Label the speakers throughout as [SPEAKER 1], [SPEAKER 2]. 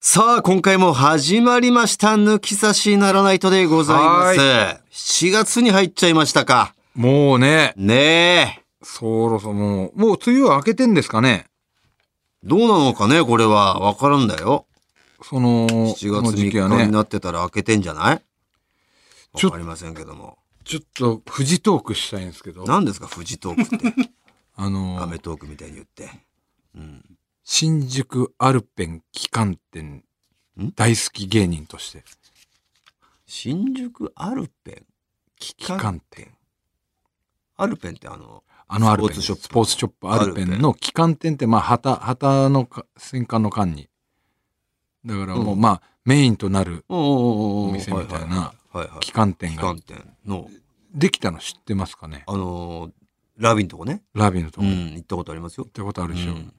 [SPEAKER 1] さあ、今回も始まりました。抜き差しならないとでございます。7月に入っちゃいましたか。
[SPEAKER 2] もうね、
[SPEAKER 1] ねえ。
[SPEAKER 2] そろそろもう、もう梅雨は明けてんですかね
[SPEAKER 1] どうなのかね、これは。わからんだよ。
[SPEAKER 2] その、
[SPEAKER 1] 7月
[SPEAKER 2] この時期は
[SPEAKER 1] 3日に
[SPEAKER 2] ね。
[SPEAKER 1] なってたら開けてんじゃない
[SPEAKER 2] ちょ
[SPEAKER 1] わかりませんけども。
[SPEAKER 2] ちょっと、富士トークしたいんですけど、
[SPEAKER 1] 何ですか、フジトークって。
[SPEAKER 2] あ
[SPEAKER 1] ア
[SPEAKER 2] の
[SPEAKER 1] メ、トークみたいに言って。うん。
[SPEAKER 2] 新宿アルペン機関店
[SPEAKER 1] ん、
[SPEAKER 2] 大好き芸人として、
[SPEAKER 1] 新宿アルペン機
[SPEAKER 2] 機関店。
[SPEAKER 1] アルペンってあの、
[SPEAKER 2] あのアルペン、
[SPEAKER 1] スポーツショップ
[SPEAKER 2] スポーツショップアルペンの機関店って、まあ、旗、旗のか戦艦の間に。だからも
[SPEAKER 1] う
[SPEAKER 2] う、
[SPEAKER 1] ん
[SPEAKER 2] まあ、メインとなる
[SPEAKER 1] お
[SPEAKER 2] お店みたいな
[SPEAKER 1] はいはい。
[SPEAKER 2] 機関店
[SPEAKER 1] 機
[SPEAKER 2] が
[SPEAKER 1] 関店の、
[SPEAKER 2] できたの知ってますかね
[SPEAKER 1] あのー、ラビンとこね。
[SPEAKER 2] ラビーのと
[SPEAKER 1] う
[SPEAKER 2] こ。行
[SPEAKER 1] ん、行ったことありますよ
[SPEAKER 2] っ。たことあるでしょ。
[SPEAKER 1] うん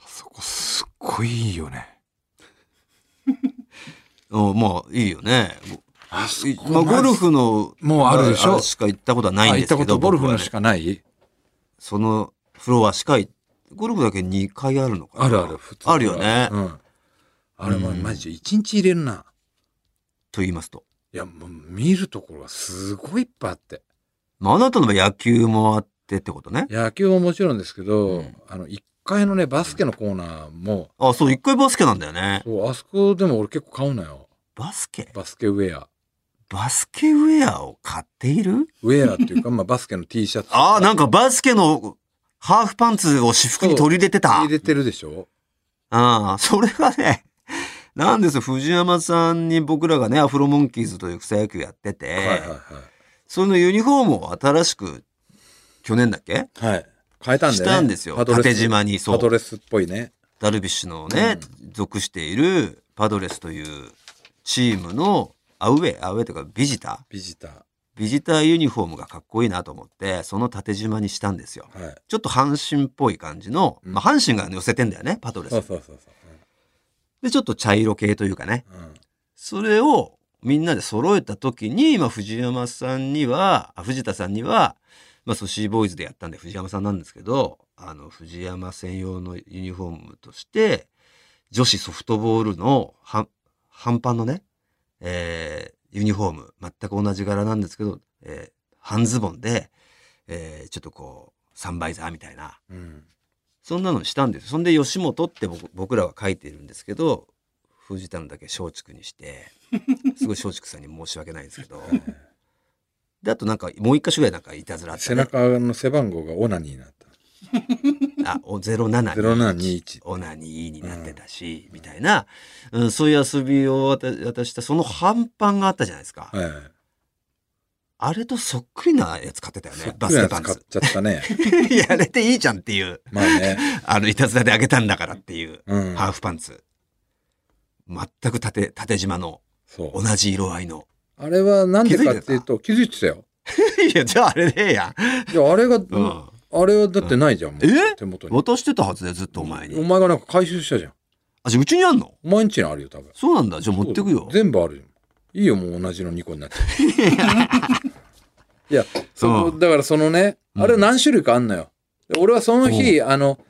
[SPEAKER 2] あそこすっごいいいよね。
[SPEAKER 1] うん、まあいいよね。
[SPEAKER 2] あ
[SPEAKER 1] まあ、ゴルフの
[SPEAKER 2] もうあるでしょ
[SPEAKER 1] あれしか行ったことはないん
[SPEAKER 2] あ行
[SPEAKER 1] で
[SPEAKER 2] った
[SPEAKER 1] す
[SPEAKER 2] こ
[SPEAKER 1] けど、
[SPEAKER 2] とゴルフ
[SPEAKER 1] 僕は
[SPEAKER 2] の
[SPEAKER 1] ね
[SPEAKER 2] しかない
[SPEAKER 1] そのフロアしかいゴルフだけ2回あるのかな。
[SPEAKER 2] あるある普通
[SPEAKER 1] あるよね。
[SPEAKER 2] うんあれも
[SPEAKER 1] うん
[SPEAKER 2] マジで一日入れるな
[SPEAKER 1] と言いますと。
[SPEAKER 2] いやもう見るところがすごいいっぱいあって
[SPEAKER 1] まあ、あなたの場合野球もあってってことね。
[SPEAKER 2] 野球ももちろんですけ
[SPEAKER 1] う
[SPEAKER 2] ど、
[SPEAKER 1] ん
[SPEAKER 2] あの1階のねバスケのコーナーも、
[SPEAKER 1] あ、そう、一回バスケなんだよね。
[SPEAKER 2] そうあそこでも俺結構買うのよ
[SPEAKER 1] バスケ
[SPEAKER 2] バスケウェア
[SPEAKER 1] バスケウェアを買っている
[SPEAKER 2] ウェアって いうかまあバスケの T シャツ
[SPEAKER 1] ああ、なん
[SPEAKER 2] か
[SPEAKER 1] かバスケのハーフパンツを私服に取り入れてた。
[SPEAKER 2] 入れてるでしょ
[SPEAKER 1] ああ、それはね、なんですよ藤山さんに僕らがね、アフロモンキーズという草野球やってて、
[SPEAKER 2] はいはいは
[SPEAKER 1] そのユニフォームを新しく、去年だっけ
[SPEAKER 2] いはい変えたんだよね
[SPEAKER 1] したんですよ
[SPEAKER 2] パドレス
[SPEAKER 1] 縦縞にそう
[SPEAKER 2] パドレスっぽいね
[SPEAKER 1] ダルビッシュのね、属しているパドレスというチームのアウェー、アウェーというかビジタ
[SPEAKER 2] ビジタ
[SPEAKER 1] ー、ビジターユニフォームがかっこいいなと思って、その縦縞にしたんですよ。
[SPEAKER 2] ーはい
[SPEAKER 1] ちょっと阪神っぽい感じの、
[SPEAKER 2] うん
[SPEAKER 1] まあ阪神が寄せてんだよね、パドレ
[SPEAKER 2] そう
[SPEAKER 1] ス。
[SPEAKER 2] そうそうそう
[SPEAKER 1] で、ちょっと茶色系というかね、
[SPEAKER 2] うん、うん
[SPEAKER 1] それをみんなで揃えた時に、まあ、藤山さんにはあ藤田さんには、まあ、ソシーボーイズでやったんで藤山さんなんですけどあの藤山専用のユニフォームとして女子ソフトボールの半半端のね、えーユニフォーム全く同じ柄なんですけど、えー半ズボンで、えーちょっとこうサンバイザーみたいな
[SPEAKER 2] うん
[SPEAKER 1] そんなのにしたんですよそんで吉本って僕僕らは書いてるんですけど藤田のだけ松竹にしてすごい松竹さんに申し訳ないんですけどであとなんかもう一箇所ぐらいなんかいたずらあった
[SPEAKER 2] 背
[SPEAKER 1] ね、
[SPEAKER 2] 中の背番号がオナニーになっ
[SPEAKER 1] あお
[SPEAKER 2] た。
[SPEAKER 1] 07
[SPEAKER 2] 0721。
[SPEAKER 1] オナニーになってたし、みたいな、うん、そういう遊びを渡渡したその半端があったじゃないですか、
[SPEAKER 2] はいはい。
[SPEAKER 1] あれとそっくりなやつ買ってたよ
[SPEAKER 2] そ
[SPEAKER 1] ね
[SPEAKER 2] っ
[SPEAKER 1] バ
[SPEAKER 2] くり
[SPEAKER 1] ス
[SPEAKER 2] なや
[SPEAKER 1] ケ
[SPEAKER 2] つ
[SPEAKER 1] パン
[SPEAKER 2] 買っ
[SPEAKER 1] ツ
[SPEAKER 2] ちゃっ たね。
[SPEAKER 1] いやあれでいいじゃんっていう
[SPEAKER 2] まあね。
[SPEAKER 1] あのいたずらであげたんだからっていう、
[SPEAKER 2] うん。
[SPEAKER 1] ハーフパンツ全く縦縦縞の
[SPEAKER 2] そう
[SPEAKER 1] 同。じ色合いの。
[SPEAKER 2] あれはなんでかっていうと、気づいてたよ。
[SPEAKER 1] いや、じゃああれねえや。
[SPEAKER 2] いや、あれが、
[SPEAKER 1] うん。
[SPEAKER 2] あれはだってないじゃん。もう
[SPEAKER 1] え
[SPEAKER 2] 手元に。
[SPEAKER 1] 渡してたはずだよ、ずっとお前に。
[SPEAKER 2] お前がなんか回収したじゃん。
[SPEAKER 1] あ、じゃあうちにあんの
[SPEAKER 2] お前んちにあるよ、多分。
[SPEAKER 1] そうなんだ。じゃあ持ってくよ。
[SPEAKER 2] 全部あるよ。いいよ、もう同じの2個に なって。いや、そうう、だからそのね、
[SPEAKER 1] うん
[SPEAKER 2] あれ何種類かあんのよ。で俺はその日、あの、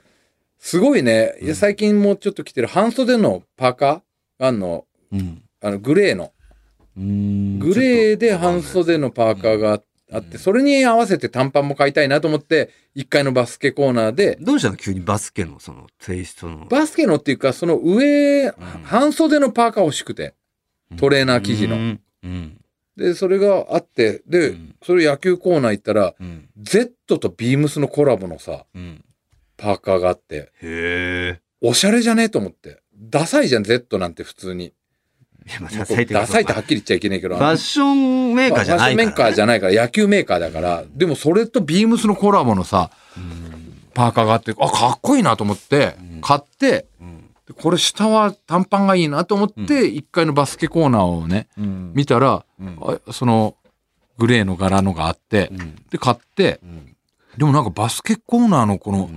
[SPEAKER 2] すごいね、いや最近もうちょっと着てる半袖のパーカーあんの、
[SPEAKER 1] うん。
[SPEAKER 2] あの、グレーの。
[SPEAKER 1] うーん
[SPEAKER 2] グレーで半。
[SPEAKER 1] ちょっ
[SPEAKER 2] 袖のパーカーがあって、それに合わせて短パンも買いたいなと思って、1階のバスケコーナーで
[SPEAKER 1] と、どうしたの急にバスケのそのテイストの。
[SPEAKER 2] バスケのっていうか、その上、半袖のパーカー欲しくて、トレーナー生地
[SPEAKER 1] う
[SPEAKER 2] の。
[SPEAKER 1] ん。うん。
[SPEAKER 2] で、それがあって、
[SPEAKER 1] う
[SPEAKER 2] で
[SPEAKER 1] ん、
[SPEAKER 2] それ野球コーナー行ったら、
[SPEAKER 1] うん。
[SPEAKER 2] Z とビームスのコラボのさ、
[SPEAKER 1] うん。
[SPEAKER 2] パーカーがあって、
[SPEAKER 1] へえ。
[SPEAKER 2] おしゃれじゃねえと思って。ダサいじゃん、Z なんて普通に。
[SPEAKER 1] いや、まあ、
[SPEAKER 2] ダ
[SPEAKER 1] ダ
[SPEAKER 2] サ
[SPEAKER 1] サい
[SPEAKER 2] い
[SPEAKER 1] って
[SPEAKER 2] って
[SPEAKER 1] ことか
[SPEAKER 2] はっきり言っちゃいけないけど。
[SPEAKER 1] ファッションメーカーじゃないから、
[SPEAKER 2] メーカーじゃないから、野球メーカーだから。でもそれとビームスのコラボのさ、パーカーがあって、あ、かっこいいなと思って
[SPEAKER 1] うん、
[SPEAKER 2] 買って、
[SPEAKER 1] うん。
[SPEAKER 2] でこれ下は短パンがいいなと思って、1階のバスケコーナーをね、
[SPEAKER 1] うん。
[SPEAKER 2] 見たら、
[SPEAKER 1] うん
[SPEAKER 2] あその、グレーの柄のがあって
[SPEAKER 1] う、ん。
[SPEAKER 2] で、買って、
[SPEAKER 1] うん。
[SPEAKER 2] でもなんかバスケコーナーのこの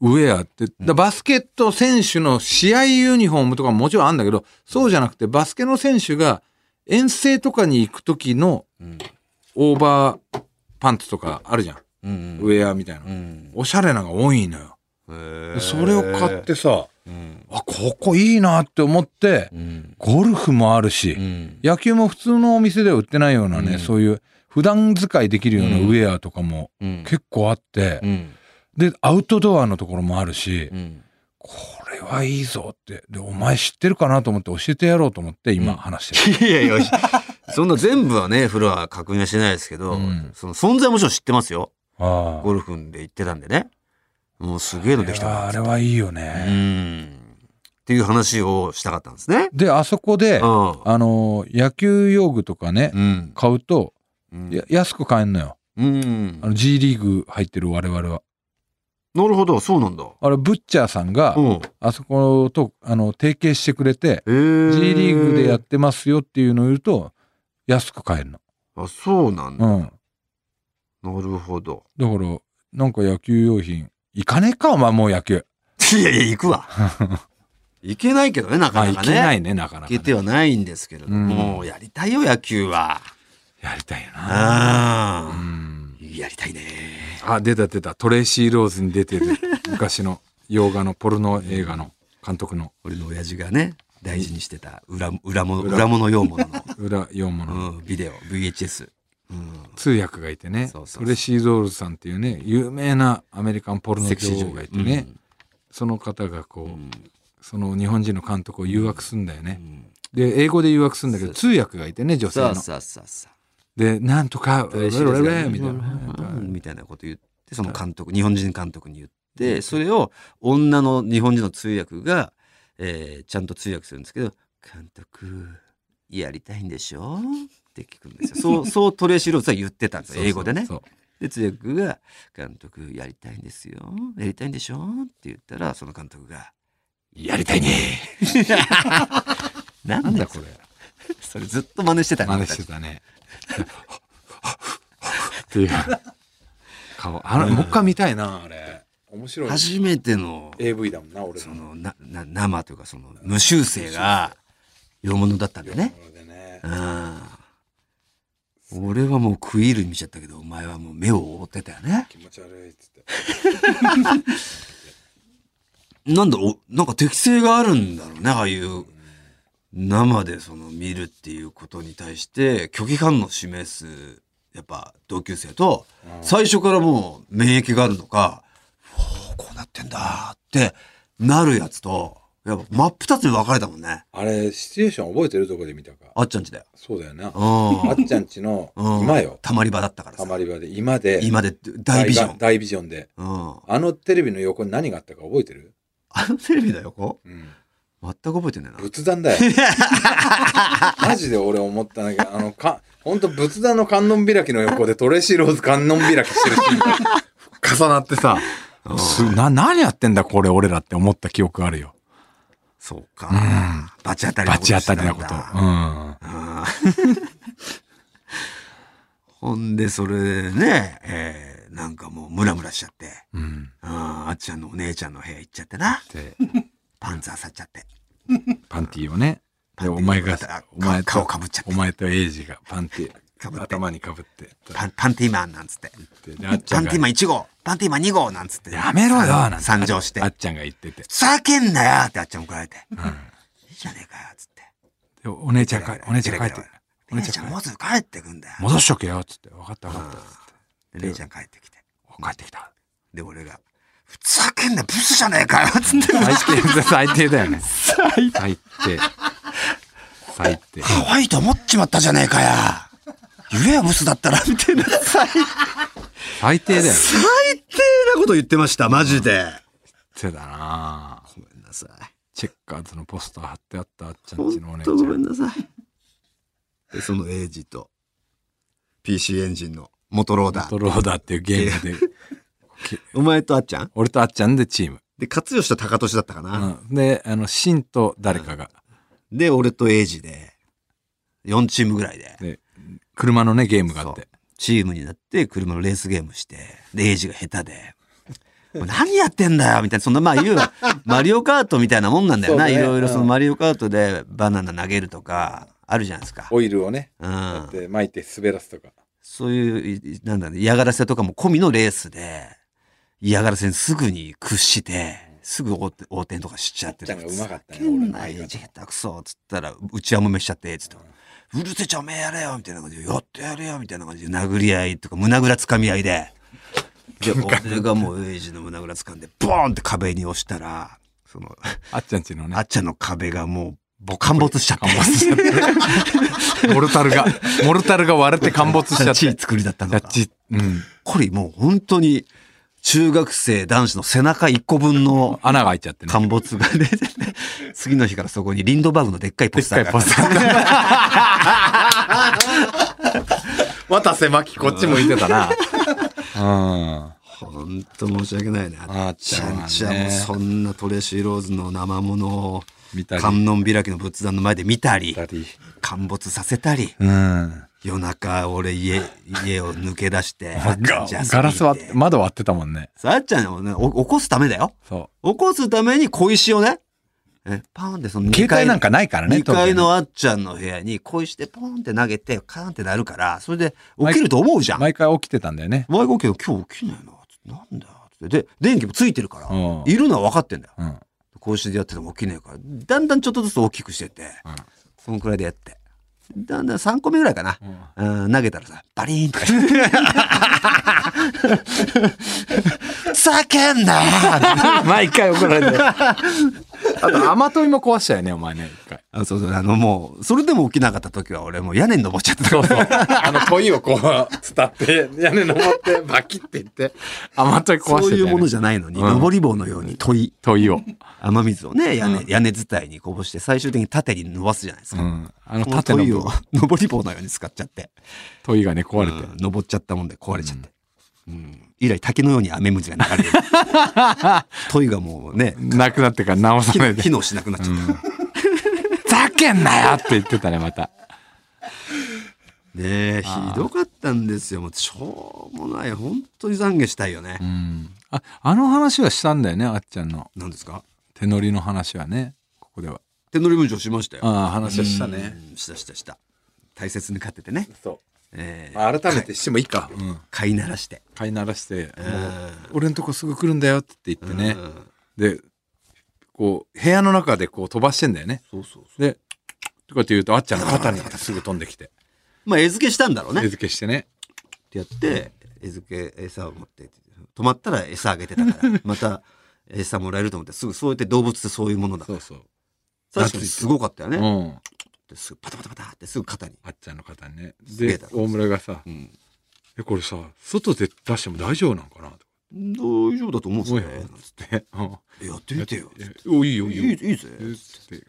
[SPEAKER 2] ウェアって、だバスケット選手の試合ユニフォームとかももちろんあるんだけど、そうじゃなくてバスケの選手が遠征とかに行く時の
[SPEAKER 1] うん。
[SPEAKER 2] オーバーパンツとかあるじゃん。
[SPEAKER 1] うん。
[SPEAKER 2] ウェアみたいな。
[SPEAKER 1] うん。
[SPEAKER 2] おしゃれなのが多いのよ。
[SPEAKER 1] へえ
[SPEAKER 2] それを買っ。てさ、
[SPEAKER 1] うん
[SPEAKER 2] あ、ここいいなって思って、
[SPEAKER 1] うん
[SPEAKER 2] ゴルフもあるし、
[SPEAKER 1] うん
[SPEAKER 2] 野球も普通のお店では売ってないようなね、
[SPEAKER 1] うん
[SPEAKER 2] そういう普段使いできるようなウ
[SPEAKER 1] うん
[SPEAKER 2] ェアとかも
[SPEAKER 1] うん
[SPEAKER 2] 結構あって、
[SPEAKER 1] うん
[SPEAKER 2] で、アウトドアのところもあるし、
[SPEAKER 1] うん
[SPEAKER 2] これはいいぞって。で、お前知ってるかなと思って教えてやろうと思って今
[SPEAKER 1] うん
[SPEAKER 2] 話 してる。
[SPEAKER 1] いやいやそんな全部はねフロア確認はしてないですけど、
[SPEAKER 2] うん
[SPEAKER 1] その存在はもちろん知ってますよ
[SPEAKER 2] ああ
[SPEAKER 1] ゴルフで行ってたんでねもうすげえのできた
[SPEAKER 2] あ
[SPEAKER 1] な
[SPEAKER 2] れはいいよ
[SPEAKER 1] う
[SPEAKER 2] ね。
[SPEAKER 1] んっていう話をしたかったんですね。
[SPEAKER 2] で、あそこで、
[SPEAKER 1] うん
[SPEAKER 2] あのー野球用具とかね、
[SPEAKER 1] うん
[SPEAKER 2] 買うと、
[SPEAKER 1] うん
[SPEAKER 2] や安く買えんのよ。
[SPEAKER 1] うん
[SPEAKER 2] あの G リーグ入ってる我々は。
[SPEAKER 1] なるほどそうなんだ。
[SPEAKER 2] あれ、ブッチャーさんが、
[SPEAKER 1] うん
[SPEAKER 2] あそこと、あの、提携してくれて、
[SPEAKER 1] えー
[SPEAKER 2] G リーグでやってますよっていうのを言うと、安く買えるの。
[SPEAKER 1] あそうなん
[SPEAKER 2] う
[SPEAKER 1] だ、
[SPEAKER 2] ん。
[SPEAKER 1] なるほど
[SPEAKER 2] だから、なんか野球用品、行かねえか、お前もう野球。
[SPEAKER 1] いやいや行く わ行けないけどねなか
[SPEAKER 2] あ、
[SPEAKER 1] な
[SPEAKER 2] 行
[SPEAKER 1] か
[SPEAKER 2] け
[SPEAKER 1] ね
[SPEAKER 2] ないね、なかな
[SPEAKER 1] 行
[SPEAKER 2] か、
[SPEAKER 1] けて
[SPEAKER 2] ね。
[SPEAKER 1] はないんですけれど
[SPEAKER 2] うん
[SPEAKER 1] も、やりたいよ野球は
[SPEAKER 2] やりたいよな。う
[SPEAKER 1] あ
[SPEAKER 2] ん。
[SPEAKER 1] ーやりたいね
[SPEAKER 2] あ、出た出た。トレイシー・ローズに出て る、昔の洋画のポルノ映画の監督の
[SPEAKER 1] 俺の親父がね大事にしてた裏裏物
[SPEAKER 2] 裏
[SPEAKER 1] 裏物用 物の、
[SPEAKER 2] 裏洋物の
[SPEAKER 1] うん、ビデオ VHS、うん、
[SPEAKER 2] 通訳がいてね、
[SPEAKER 1] そうそうそう
[SPEAKER 2] トレイシー・ローズさんっていうね、有名なアメリカンポルノ
[SPEAKER 1] セクシー
[SPEAKER 2] 女王
[SPEAKER 1] 女
[SPEAKER 2] がいて
[SPEAKER 1] 優
[SPEAKER 2] ね、その方がこう、
[SPEAKER 1] うん
[SPEAKER 2] その日本人の監督を誘惑すんだよ
[SPEAKER 1] う
[SPEAKER 2] ね。
[SPEAKER 1] ん
[SPEAKER 2] で、英語で誘惑すんだけど、
[SPEAKER 1] そう
[SPEAKER 2] 通訳がいてね、女性
[SPEAKER 1] さあ
[SPEAKER 2] の。
[SPEAKER 1] さあさあさあ
[SPEAKER 2] で、なんとか、
[SPEAKER 1] 大事
[SPEAKER 2] ウェ
[SPEAKER 1] です
[SPEAKER 2] ウ
[SPEAKER 1] よ
[SPEAKER 2] ェウ
[SPEAKER 1] ね
[SPEAKER 2] ェみたい
[SPEAKER 1] うん
[SPEAKER 2] な。
[SPEAKER 1] みたいなこと言ってその監督日本人監督に言ってそれを女の日本人の通訳が、えーちゃんと通訳するんですけど「監督やりたいんでしょ?」って聞くんですよ。そうそうトレーシー・ローズは言ってたんですよ英語でね。
[SPEAKER 2] そう
[SPEAKER 1] で通訳が「監督やりたいんですよやりたいんでしょ?」って言ったらその監督が「やりたいね」な
[SPEAKER 2] なんん
[SPEAKER 1] だ
[SPEAKER 2] だ
[SPEAKER 1] こ
[SPEAKER 2] こ
[SPEAKER 1] れ
[SPEAKER 2] れ。
[SPEAKER 1] それずっと真似してたね
[SPEAKER 2] 真似してたね。っていう顔。あの、もう一回見たいな、あれ。面白い。
[SPEAKER 1] 初めての
[SPEAKER 2] AV だもんな、俺
[SPEAKER 1] そ
[SPEAKER 2] も。
[SPEAKER 1] のなな生というかその無修正が洋物だったんだよね。
[SPEAKER 2] そうだね
[SPEAKER 1] うん俺はもう食い入る見ちゃったけどお前はもう目を覆ってたよね。
[SPEAKER 2] 気持ち悪いっつって。
[SPEAKER 1] なんだおなんか適性があるんだろうねああいう生でその見るっていうことに対して拒否反応を示すやっぱ同級生と最初からもう免疫があるのか「おーこうなってんだ」ってなるやつとやっぱ真っ二つに分かれたもんね
[SPEAKER 2] あれ、シチュエーション覚えてるどこで見たか。
[SPEAKER 1] あっちゃんちだよ。
[SPEAKER 2] そうだよな。
[SPEAKER 1] うん
[SPEAKER 2] あっちゃんちの
[SPEAKER 1] うん
[SPEAKER 2] 今よ。
[SPEAKER 1] たまり場だったから
[SPEAKER 2] た
[SPEAKER 1] さ。
[SPEAKER 2] まり場で。今で。
[SPEAKER 1] 今で大ビジョン。
[SPEAKER 2] 大ビジョンで。
[SPEAKER 1] うん。あ
[SPEAKER 2] あのテレビの横に何があったか覚えてる
[SPEAKER 1] のテレビだよ、こ
[SPEAKER 2] うん。
[SPEAKER 1] 全く覚えてないな。
[SPEAKER 2] 仏壇だよ。 マジで俺思ったんだけど、あの、か、ほんと仏壇の観音開きの横でトレシーローズ観音開きしてるシーンが重なってさ、すな、何やってんだこれ俺らって思った記憶あるよ。
[SPEAKER 1] そうか
[SPEAKER 2] ん。
[SPEAKER 1] バチ当たりな
[SPEAKER 2] バ
[SPEAKER 1] ことし
[SPEAKER 2] チ
[SPEAKER 1] て
[SPEAKER 2] 当
[SPEAKER 1] た
[SPEAKER 2] た
[SPEAKER 1] んだ。
[SPEAKER 2] りなこと。う
[SPEAKER 1] うん。
[SPEAKER 2] ん。
[SPEAKER 1] ほんで、それでね、えーなんかもうムラムラしちゃって。
[SPEAKER 2] うん。
[SPEAKER 1] うんあっちゃんのお姉ちゃんの部屋行っちゃってな。
[SPEAKER 2] で、
[SPEAKER 1] パンツあさっちゃって。
[SPEAKER 2] パンティーをね。
[SPEAKER 1] パン
[SPEAKER 2] で、
[SPEAKER 1] ティー
[SPEAKER 2] お前が
[SPEAKER 1] か、
[SPEAKER 2] お前
[SPEAKER 1] 顔
[SPEAKER 2] と
[SPEAKER 1] かぶっちゃっ、て
[SPEAKER 2] お前とエイジがパンティ
[SPEAKER 1] かぶっ
[SPEAKER 2] ー、
[SPEAKER 1] て
[SPEAKER 2] 頭にかぶって。
[SPEAKER 1] パンパンティーマンなんつって。
[SPEAKER 2] であ
[SPEAKER 1] パ
[SPEAKER 2] っ
[SPEAKER 1] ン
[SPEAKER 2] ちゃん
[SPEAKER 1] テ
[SPEAKER 2] が
[SPEAKER 1] ィーマン1号、パンティーマン2号なんつって。
[SPEAKER 2] やめろよなんて
[SPEAKER 1] 参上して
[SPEAKER 2] あ。っちゃんが言ってて。
[SPEAKER 1] 叫んなよってあっちゃん怒られて。いいじゃねえかよ、つって。
[SPEAKER 2] でお姉ちゃんか、お姉ちゃん帰って。
[SPEAKER 1] お
[SPEAKER 2] お
[SPEAKER 1] 姉
[SPEAKER 2] 姉
[SPEAKER 1] ち
[SPEAKER 2] ち
[SPEAKER 1] ゃ
[SPEAKER 2] ゃ
[SPEAKER 1] ん
[SPEAKER 2] ん
[SPEAKER 1] もうすぐ帰ってくんだよ。
[SPEAKER 2] 戻しとけよっつって「分かった分かった」っつって
[SPEAKER 1] で姉ちゃん帰ってきて。
[SPEAKER 2] 「帰ってきた
[SPEAKER 1] で、俺が、ふざけんな、ブスじゃねえかよつって、」
[SPEAKER 2] 最低最低だよね最低最低
[SPEAKER 1] 可愛いと思っちまったじゃねえかよ言えよ、ブスだったら、みたいな。最低
[SPEAKER 2] 最低だよ
[SPEAKER 1] なこと言ってました、マジで。
[SPEAKER 2] 最低だな
[SPEAKER 1] ごめんなさい。
[SPEAKER 2] チェッカーズのポスター貼ってあったあっちゃんちのお
[SPEAKER 1] ほん
[SPEAKER 2] 姉ちゃ
[SPEAKER 1] とごめん
[SPEAKER 2] ん
[SPEAKER 1] なさい。で、そのエイジと、PC エンジンのモトローダ
[SPEAKER 2] ト
[SPEAKER 1] ー。
[SPEAKER 2] ローダーっていうゲームで
[SPEAKER 1] お前とあっちゃん
[SPEAKER 2] 俺とあっちゃんでチーム、
[SPEAKER 1] で、勝吉と高俊だったか
[SPEAKER 2] う
[SPEAKER 1] な。
[SPEAKER 2] ん、であのシンと誰かが、
[SPEAKER 1] で、俺とエイジで、4チームぐらいで。
[SPEAKER 2] で車のねゲームがあっ
[SPEAKER 1] そう
[SPEAKER 2] て
[SPEAKER 1] チームになって車のレースゲームしてでエイジが下手で「もう何やってんだよ」みたいなそんなまあ言うマリオカートみたいなもんなんだよな、
[SPEAKER 2] そう
[SPEAKER 1] い
[SPEAKER 2] ね
[SPEAKER 1] ろいろその
[SPEAKER 2] うん
[SPEAKER 1] マリオカートでバナナ投げるとかあるじゃないですか、
[SPEAKER 2] オイルをね
[SPEAKER 1] う
[SPEAKER 2] こうや
[SPEAKER 1] ん
[SPEAKER 2] っ、て巻いて滑らすとか
[SPEAKER 1] そういういなんだ、ね、嫌がらせとかも込みのレースで嫌がらせにすぐに屈してすぐ横転横転とかしちゃって
[SPEAKER 2] ちゃんがうまかった
[SPEAKER 1] ふざ
[SPEAKER 2] ね
[SPEAKER 1] けん
[SPEAKER 2] 俺の
[SPEAKER 1] な
[SPEAKER 2] 相
[SPEAKER 1] い
[SPEAKER 2] 方
[SPEAKER 1] じ下手くそっつったらうちはもめしちゃってっつって「うるせえちゃんおめえやれよ」みたいな感じで「やってやれよ」みたいな感じで殴り合いとか胸ぐらつかみ合いでで 俺がもうエイジの胸ぐらつかんでボーンって壁に押したらその
[SPEAKER 2] あっちゃんちのね
[SPEAKER 1] あっちゃんの壁がもう陥没しちゃって
[SPEAKER 2] 陥没しちゃってモルタルがモルタルが割れて陥没しちゃっ
[SPEAKER 1] チー
[SPEAKER 2] て
[SPEAKER 1] 作りだったの
[SPEAKER 2] あっ
[SPEAKER 1] か
[SPEAKER 2] ちうん
[SPEAKER 1] これもう本当に中学生男子の背中1個分の
[SPEAKER 2] 穴が開いちゃってね
[SPEAKER 1] 陥没が 出てて次の日からそこにリンドバーグのでっかいポスターが
[SPEAKER 2] でっかいポスタ渡瀬真希こっち向いてた なうん
[SPEAKER 1] 本当申し訳ないね
[SPEAKER 2] あっ
[SPEAKER 1] ち
[SPEAKER 2] ちゃ
[SPEAKER 1] ゃ
[SPEAKER 2] ん
[SPEAKER 1] ん
[SPEAKER 2] は
[SPEAKER 1] ちゃんも
[SPEAKER 2] ね
[SPEAKER 1] そんなトレシーローズの生ものを
[SPEAKER 2] 見たり
[SPEAKER 1] 観音開きの仏壇の前で見たり
[SPEAKER 2] たり
[SPEAKER 1] 陥没させたり
[SPEAKER 2] うん
[SPEAKER 1] 夜中俺家家を抜け出 して
[SPEAKER 2] ガ
[SPEAKER 1] ジャズ
[SPEAKER 2] ガラス割っ
[SPEAKER 1] 聞い
[SPEAKER 2] て
[SPEAKER 1] て
[SPEAKER 2] 窓割ってたもんね
[SPEAKER 1] さあっちゃんをねお起こすためだよ
[SPEAKER 2] そ
[SPEAKER 1] 起こすために小石をねえパーンってその
[SPEAKER 2] う
[SPEAKER 1] 2
[SPEAKER 2] 携
[SPEAKER 1] 階
[SPEAKER 2] 帯なんかないからね
[SPEAKER 1] 2階
[SPEAKER 2] 当時ね
[SPEAKER 1] のあっちゃんの部屋に小石でポーンって投げてカーンってなるからそれで起きると思うじゃん。
[SPEAKER 2] 毎回起きてたんだよね
[SPEAKER 1] ワイゴケが今日起きないなつってなんだよつってで電気もついてるから、
[SPEAKER 2] うん
[SPEAKER 1] いるのは分かってんだよ。
[SPEAKER 2] うん
[SPEAKER 1] 小石でやってても起きねえからだんだんちょっとずつ大きくしてって、
[SPEAKER 2] ん
[SPEAKER 1] そのくらいでやってだんだん3個目ぐらいかな、うん投げたらさバリーンとかして「叫んだよ!
[SPEAKER 2] 毎回怒られて あと雨戸も壊したよねお前ね一回」
[SPEAKER 1] あそうそうあのもうそれでも起きなかった時は俺もう屋根に登っちゃってた
[SPEAKER 2] そうそう。 あの、問いをこう、伝って、屋根登って、バキっていって、雨戸壊してたよね
[SPEAKER 1] そういうものじゃないのに、
[SPEAKER 2] うん
[SPEAKER 1] 登り棒のように問い
[SPEAKER 2] 問いを。
[SPEAKER 1] 雨水をね屋根,、屋根伝いにこぼして最終的に縦に伸ばすじゃないです
[SPEAKER 2] う
[SPEAKER 1] か、
[SPEAKER 2] ん。あの、
[SPEAKER 1] この
[SPEAKER 2] 縦の
[SPEAKER 1] 問い
[SPEAKER 2] 部
[SPEAKER 1] を
[SPEAKER 2] 分
[SPEAKER 1] 登り棒のように使っちゃって、
[SPEAKER 2] 問いがね、壊れて。
[SPEAKER 1] うん登っちゃったもんで壊れちゃって、うん以来滝のように雨水が流れる トイがもうね
[SPEAKER 2] なくなってから直さ
[SPEAKER 1] 機
[SPEAKER 2] ない
[SPEAKER 1] 能
[SPEAKER 2] で。
[SPEAKER 1] 機能しなくなっちゃった、ね
[SPEAKER 2] ざけんなよって言ってたね、また。
[SPEAKER 1] えひどかったんですよもうしょうもない本当に懺悔したいよね
[SPEAKER 2] う、ん。あ、あの話はしたんだよね、あっちゃんの。
[SPEAKER 1] なんですか
[SPEAKER 2] 手乗りの話はね、ここでは。
[SPEAKER 1] 手乗り文章しましたよ
[SPEAKER 2] ああ、話はしたね。
[SPEAKER 1] うんしたしたした大切に飼っててね、
[SPEAKER 2] そ
[SPEAKER 1] えー
[SPEAKER 2] う。改めてしてもいいか。 うん。
[SPEAKER 1] 飼いならして
[SPEAKER 2] 飼いならして、も
[SPEAKER 1] う
[SPEAKER 2] うん俺のとこすぐ来るんだよって言ってね
[SPEAKER 1] う。ん
[SPEAKER 2] で、こう、部屋の中でこう飛ばしてんだよね。
[SPEAKER 1] そうそうそう
[SPEAKER 2] で、とかって言うと、あっちゃんの肩にすぐ飛んできて、
[SPEAKER 1] まあ餌付けしたんだろうね
[SPEAKER 2] 餌付けしてね。
[SPEAKER 1] ってやって餌付け餌を持って止まったら餌あげてた からまた餌もらえると思ってすぐそうやって動物ってそういうものだ
[SPEAKER 2] そうそう。
[SPEAKER 1] 確かにすごかったよね、
[SPEAKER 2] うん。
[SPEAKER 1] ですぐパタパタパタってすぐ肩に、
[SPEAKER 2] あっちゃんの肩にね。
[SPEAKER 1] すげえ
[SPEAKER 2] で
[SPEAKER 1] だ、ろ
[SPEAKER 2] 大村がさ
[SPEAKER 1] う、ん、
[SPEAKER 2] え、これさ、外で出しても大丈夫なんかなとか
[SPEAKER 1] 大丈夫だと思うんです
[SPEAKER 2] 思う
[SPEAKER 1] よ
[SPEAKER 2] よ。
[SPEAKER 1] ねなん
[SPEAKER 2] っ
[SPEAKER 1] つって
[SPEAKER 2] つって。うん
[SPEAKER 1] えやってみてよ
[SPEAKER 2] えお、いいよ、いいよ。
[SPEAKER 1] いいいいぜ
[SPEAKER 2] つって、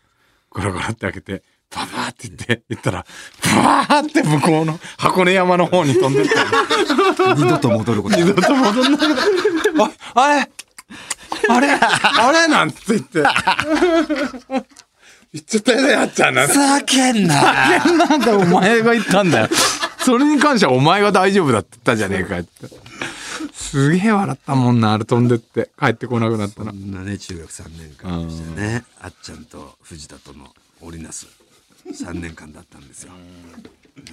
[SPEAKER 2] ガラガラって開けて、ババーって言って、言ったら、バーって向こうの箱根山の方に飛んでった。
[SPEAKER 1] 二度と戻ること
[SPEAKER 2] 二度と戻んなくなる。 あ、あれあれあれなんて言 って。言っちゃったよね、あっちゃんなんて。
[SPEAKER 1] ふざけんな
[SPEAKER 2] なんでお前が言ったんだよ。それに関してはお前は大丈夫だって言ったじゃねえかって。すげえ笑ったもんな、あれ飛んでって。帰ってこなくなった
[SPEAKER 1] そ
[SPEAKER 2] な。
[SPEAKER 1] んなね中学3年間でしたねあっちゃんと藤田との織りなす3年間だったんですよ。ね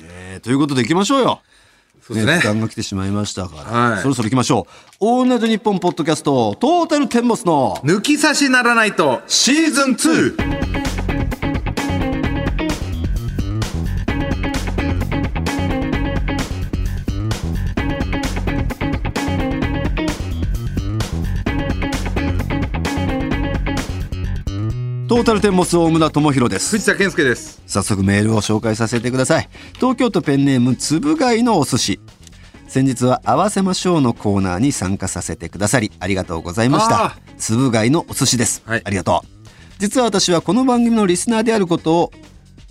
[SPEAKER 1] えということで行きましょうよ
[SPEAKER 2] そうですね
[SPEAKER 1] ね時間が来てしまいましたから、
[SPEAKER 2] はい
[SPEAKER 1] そろそろ行きましょう「オールナイトニッポン」ポッドキャストトータルテンボスの
[SPEAKER 2] 抜き差しならないと。
[SPEAKER 1] シーズン 2! トータルテンボス大村智弘です
[SPEAKER 2] 藤田健介です。
[SPEAKER 1] 早速メールを紹介させてください東京都ペンネームつぶ貝のお寿司先日は合わせましょうのコーナーに参加させてくださりありがとうございまし
[SPEAKER 2] あ
[SPEAKER 1] た
[SPEAKER 2] ー
[SPEAKER 1] つぶ貝のお寿司です、
[SPEAKER 2] はい
[SPEAKER 1] ありがとう実は私はこの番組のリスナーであることを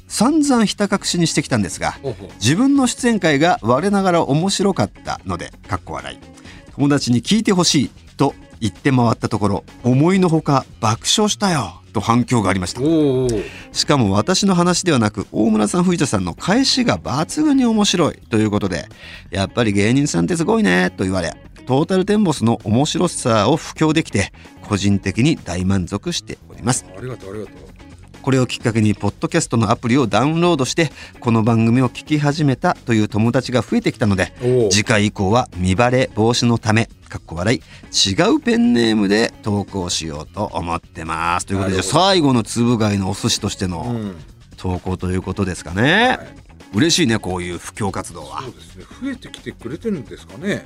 [SPEAKER 1] 散々ひた隠しにしてきたんですが
[SPEAKER 2] ほうほう
[SPEAKER 1] 自分の出演会が我ながら面白かったのでかっこ笑い友達に聞いてほしいと言って回ったところ思いのほか爆笑したよと反響がありました
[SPEAKER 2] おお。
[SPEAKER 1] しかも私の話ではなく大村さん藤田さんの返しが抜群に面白いということでやっぱり芸人さんってすごいねと言われトータルテンボスの面白さを布教できて個人的に大満足しております
[SPEAKER 2] ありがとう、ありがとう。
[SPEAKER 1] これをきっかけにポッドキャストのアプリをダウンロードしてこの番組を聞き始めたという友達が増えてきたので
[SPEAKER 2] お
[SPEAKER 1] 次回以降は見バレ防止のためかっこ笑い違うペンネームで投稿しようと思ってますということで
[SPEAKER 2] なるほど
[SPEAKER 1] 最後の粒貝のお寿司としての、
[SPEAKER 2] うん、
[SPEAKER 1] 投稿ということですかね、
[SPEAKER 2] はい
[SPEAKER 1] 嬉しいねこういう布教活動は
[SPEAKER 2] そうですね増えてきてくれてるんですかね、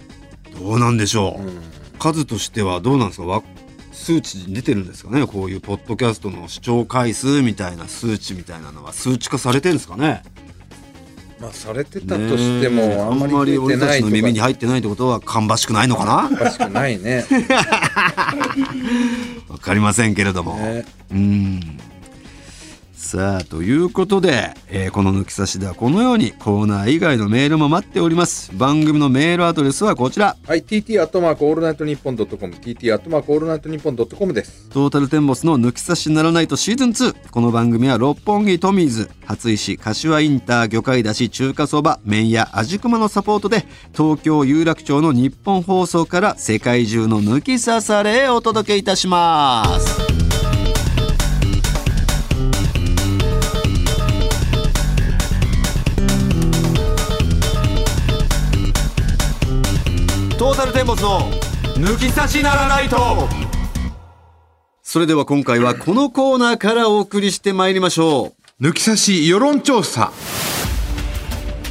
[SPEAKER 1] どうなんでしょう、
[SPEAKER 2] うん、
[SPEAKER 1] 数としてはどうなんですかわ数値に出てるんですかねこういうポッドキャストの視聴回数みたいな数値みたいなのは数値化されてるんですかね
[SPEAKER 2] まあされてたとしても、
[SPEAKER 1] ねえ
[SPEAKER 2] あんまり増え
[SPEAKER 1] 俺
[SPEAKER 2] てな
[SPEAKER 1] た
[SPEAKER 2] い
[SPEAKER 1] ち
[SPEAKER 2] と
[SPEAKER 1] の
[SPEAKER 2] か
[SPEAKER 1] 耳に入ってないってことは芳しくないのかな
[SPEAKER 2] おかしくないね
[SPEAKER 1] わかりませんけれども、
[SPEAKER 2] ね
[SPEAKER 1] うんさあということで、えーこの抜き差しではこのようにコーナー以外のメールも待っております番組のメールアドレスはこちら
[SPEAKER 2] はい TT アットマークオールナイトニッポンドットコム TT アットマークオールナイトニッポンドットコムです
[SPEAKER 1] トータルテンボスの抜き差しならないとシーズン2。この番組は六本木トミーズ、初石、柏インター、魚介だし、中華そば、麺屋、味熊のサポートで、東京有楽町の日本放送から世界中の抜き差されをお届けいたします。トータルテンボスの抜き差しならないとそれでは今回はこのコーナーからお送りしてまいりましょ
[SPEAKER 2] 抜き差し世論調査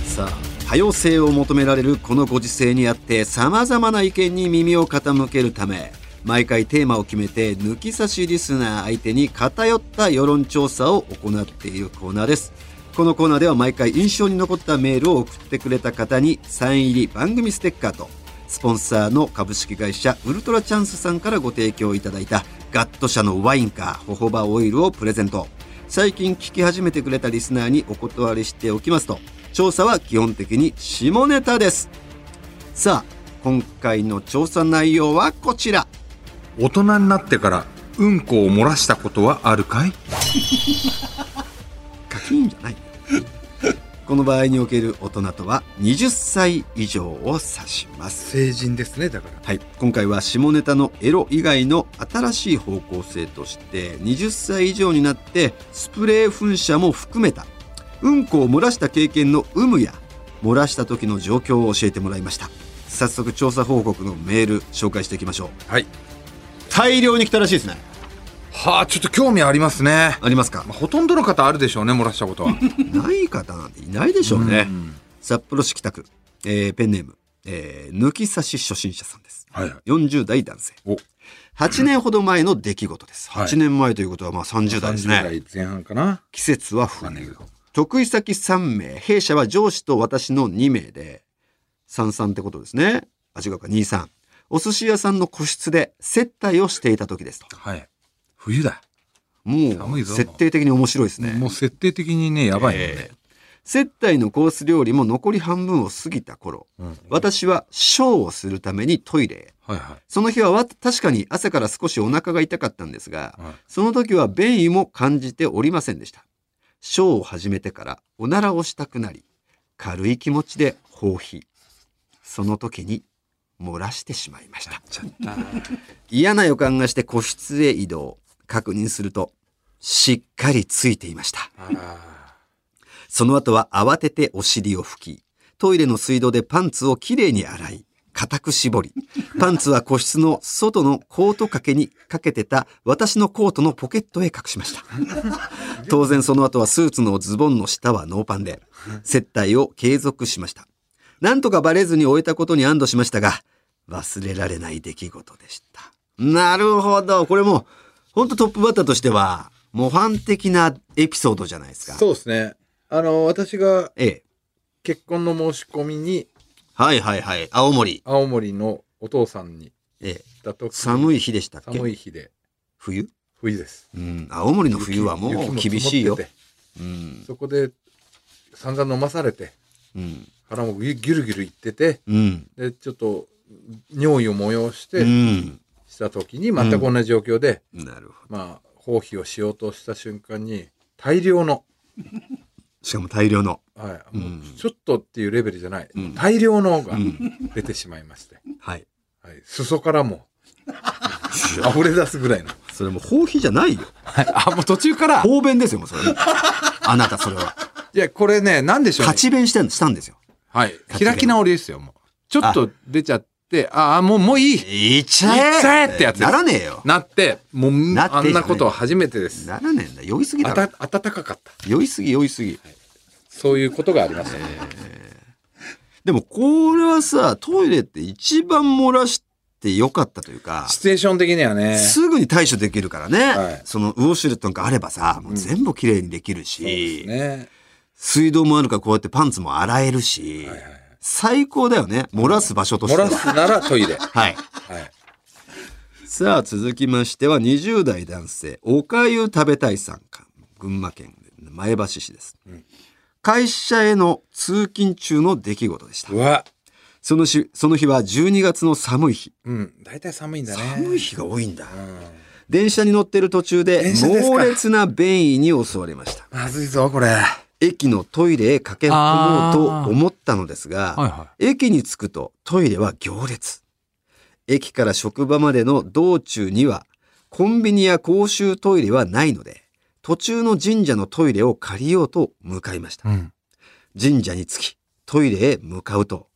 [SPEAKER 1] うさあ多様性を求められるこのご時世にあってさまざまな意見に耳を傾けるため毎回テーマを決めて抜き差しリスナー相手に偏った世論調査を行っているコーナーですこのコーナーでは毎回印象に残ったメールを送ってくれた方にサイン入り番組ステッカーとスポンサーの株式会社ウルトラチャンスさんからご提供いただいたガット社のワインかホホバオイルをプレゼント最近聞き始めてくれたリスナーにお断りしておきますと調査は基本的に下ネタですさあ今回の調査内容はこちら
[SPEAKER 2] 大人になってからうんこを漏らしたことはあるかい
[SPEAKER 1] カキーンじゃないこの場合における大人とは20歳以上を指します
[SPEAKER 2] 成人ですねだから
[SPEAKER 1] はい、今回は下ネタのエロ以外の新しい方向性として20歳以上になってスプレー噴射も含めたうんこを漏らした経験の有無や漏らした時の状況を教えてもらいました早速調査報告のメール紹介していきましょう
[SPEAKER 2] はい
[SPEAKER 1] 大量に来たらしいですね
[SPEAKER 2] はあちょっと興味ありますね、
[SPEAKER 1] ありますか
[SPEAKER 2] まあ、ほとんどの方あるでしょうね漏らし たことは
[SPEAKER 1] ない方なんていないでしょうね
[SPEAKER 2] ん
[SPEAKER 1] 札幌市北区、えーペンネーム、えー抜き差し初心者さんです
[SPEAKER 2] はいはい
[SPEAKER 1] 40代男性
[SPEAKER 2] お
[SPEAKER 1] 8年ほど前の出来事です、
[SPEAKER 2] はい
[SPEAKER 1] 8年前ということはまあ30代ですね
[SPEAKER 2] 30代前半かな
[SPEAKER 1] 季節は
[SPEAKER 2] わかんない
[SPEAKER 1] 冬
[SPEAKER 2] けど
[SPEAKER 1] 得意先3名弊社は上司と私の2名で33ってことですねあ違うか23お寿司屋さんの個室で接待をしていた時ですと
[SPEAKER 2] はい冬だ、
[SPEAKER 1] も
[SPEAKER 2] 寒
[SPEAKER 1] う
[SPEAKER 2] いぞ
[SPEAKER 1] 設定的に面白いですね
[SPEAKER 2] もう設定的にねやばいもん
[SPEAKER 1] え
[SPEAKER 2] ね、
[SPEAKER 1] ー接待のコース料理も残り半分を過ぎた頃
[SPEAKER 2] うん
[SPEAKER 1] 私はショーをするためにトイレへ
[SPEAKER 2] はいは
[SPEAKER 1] その日はわ確かに朝から少しお腹が痛かったんですが
[SPEAKER 2] い、はい
[SPEAKER 1] その時は便意も感じておりませんでした。ショーを始めてからおならをしたくなり、軽い気持ちで放屁。その時に漏らしてしまいました。
[SPEAKER 2] ちゃった
[SPEAKER 1] 嫌な予感がして個室へ移動。確認すると、しっかりついていました。
[SPEAKER 2] あら
[SPEAKER 1] その後は慌ててお尻を拭き、トイレの水道でパンツをきれいに洗い、固く絞り、パンツは個室の外のコート掛けにかけてた私のコートのポケットへ隠しました。当然その後はスーツのズボンの下はノーパンで、接待を継続しました。なんとかバレずに終えたことに安堵しましたが、忘れられない出来事でした。なるほど。これもう、ほんとトップバッターとしては、模範的なエピソードじゃないですか。
[SPEAKER 2] そうですねあの私が
[SPEAKER 1] ええ。
[SPEAKER 2] 結婚の申し込みに
[SPEAKER 1] はいはいはい。青森。
[SPEAKER 2] 青森のお父さんに
[SPEAKER 1] ええ、
[SPEAKER 2] 行った時
[SPEAKER 1] 寒い日でしたっけ
[SPEAKER 2] 寒い日で
[SPEAKER 1] 冬
[SPEAKER 2] 冬です
[SPEAKER 1] うん。青森の冬はもう
[SPEAKER 2] 雪
[SPEAKER 1] 厳しいよ
[SPEAKER 2] 積。も
[SPEAKER 1] う
[SPEAKER 2] って
[SPEAKER 1] ん
[SPEAKER 2] て。そこで散々飲まされて
[SPEAKER 1] うん。
[SPEAKER 2] 腹もギュギュルギュルいってて
[SPEAKER 1] うん。
[SPEAKER 2] でちょっと尿意を催し
[SPEAKER 1] う
[SPEAKER 2] て
[SPEAKER 1] ん。
[SPEAKER 2] した時に全く同じ状況で、
[SPEAKER 1] なるほど。
[SPEAKER 2] まあ放棄をしようとした瞬間に大量の、
[SPEAKER 1] しかも大量の。
[SPEAKER 2] はいもううんちょっとっていうレベルじゃない、
[SPEAKER 1] うん
[SPEAKER 2] 大量のが
[SPEAKER 1] うん。
[SPEAKER 2] 出てしまいまして、
[SPEAKER 1] はい。
[SPEAKER 2] はい、裾からも溢れ出すぐらいの。
[SPEAKER 1] それもう放棄じゃないよ。
[SPEAKER 2] はいあ、もう途中から。
[SPEAKER 1] 方便ですよ、もうそれ。あなた、それは。
[SPEAKER 2] いや、これね、なんでしょうね、
[SPEAKER 1] 勝ち弁してんしたんですよ。
[SPEAKER 2] はい。開き直りですよ、もう。ちょっと出ちゃって、ああ、もう、もういい。
[SPEAKER 1] いっち
[SPEAKER 2] ゃえ
[SPEAKER 1] いっちゃえ
[SPEAKER 2] ってやつです
[SPEAKER 1] ならねえよ。
[SPEAKER 2] なって、もう、
[SPEAKER 1] なって
[SPEAKER 2] あんなことは初めてです。
[SPEAKER 1] ならねえんだ。酔いすぎ
[SPEAKER 2] あ
[SPEAKER 1] だろ。
[SPEAKER 2] た、暖かかった。
[SPEAKER 1] 酔いすぎ、酔いすぎ。
[SPEAKER 2] そういうことがありましたね。
[SPEAKER 1] でも、これはさ、トイレって一番漏らしてよかったというか、
[SPEAKER 2] シチュエーション的にはね。
[SPEAKER 1] すぐに対処できるからね。
[SPEAKER 2] はい
[SPEAKER 1] そのウォシュレットなんかあればさ、もう全部きれいにできる
[SPEAKER 2] そうです
[SPEAKER 1] し、
[SPEAKER 2] ね。
[SPEAKER 1] 水道もあるからこうやってパンツも洗えるし、
[SPEAKER 2] はいはいはい
[SPEAKER 1] 最高だよね。漏らす場所とし
[SPEAKER 2] 漏
[SPEAKER 1] ては。
[SPEAKER 2] らすならトイレ。
[SPEAKER 1] はい。
[SPEAKER 2] はい。
[SPEAKER 1] さあ続きましては20代男性おかゆ食べたいさんか群馬県前橋市です、
[SPEAKER 2] ん
[SPEAKER 1] 会社への通勤中の出来事でした
[SPEAKER 2] うわ。
[SPEAKER 1] そのしその日は12月の寒い日
[SPEAKER 2] うん。大体寒いんだね。
[SPEAKER 1] 寒い日が多いんだ
[SPEAKER 2] うん。
[SPEAKER 1] 電車に乗ってる途中で
[SPEAKER 2] 電車ですか
[SPEAKER 1] 猛烈な便意に襲われました
[SPEAKER 2] まずいぞ、これ。
[SPEAKER 1] 駅のトイレへ駆け込もうと思ったのですが、
[SPEAKER 2] はいは
[SPEAKER 1] 駅に着くとトイレは行列。駅から職場までの道中にはコンビニや公衆トイレはないので、途中の神社のトイレを借りようと向かいました。
[SPEAKER 2] うん。
[SPEAKER 1] 神社に着き、トイレへ向かうと、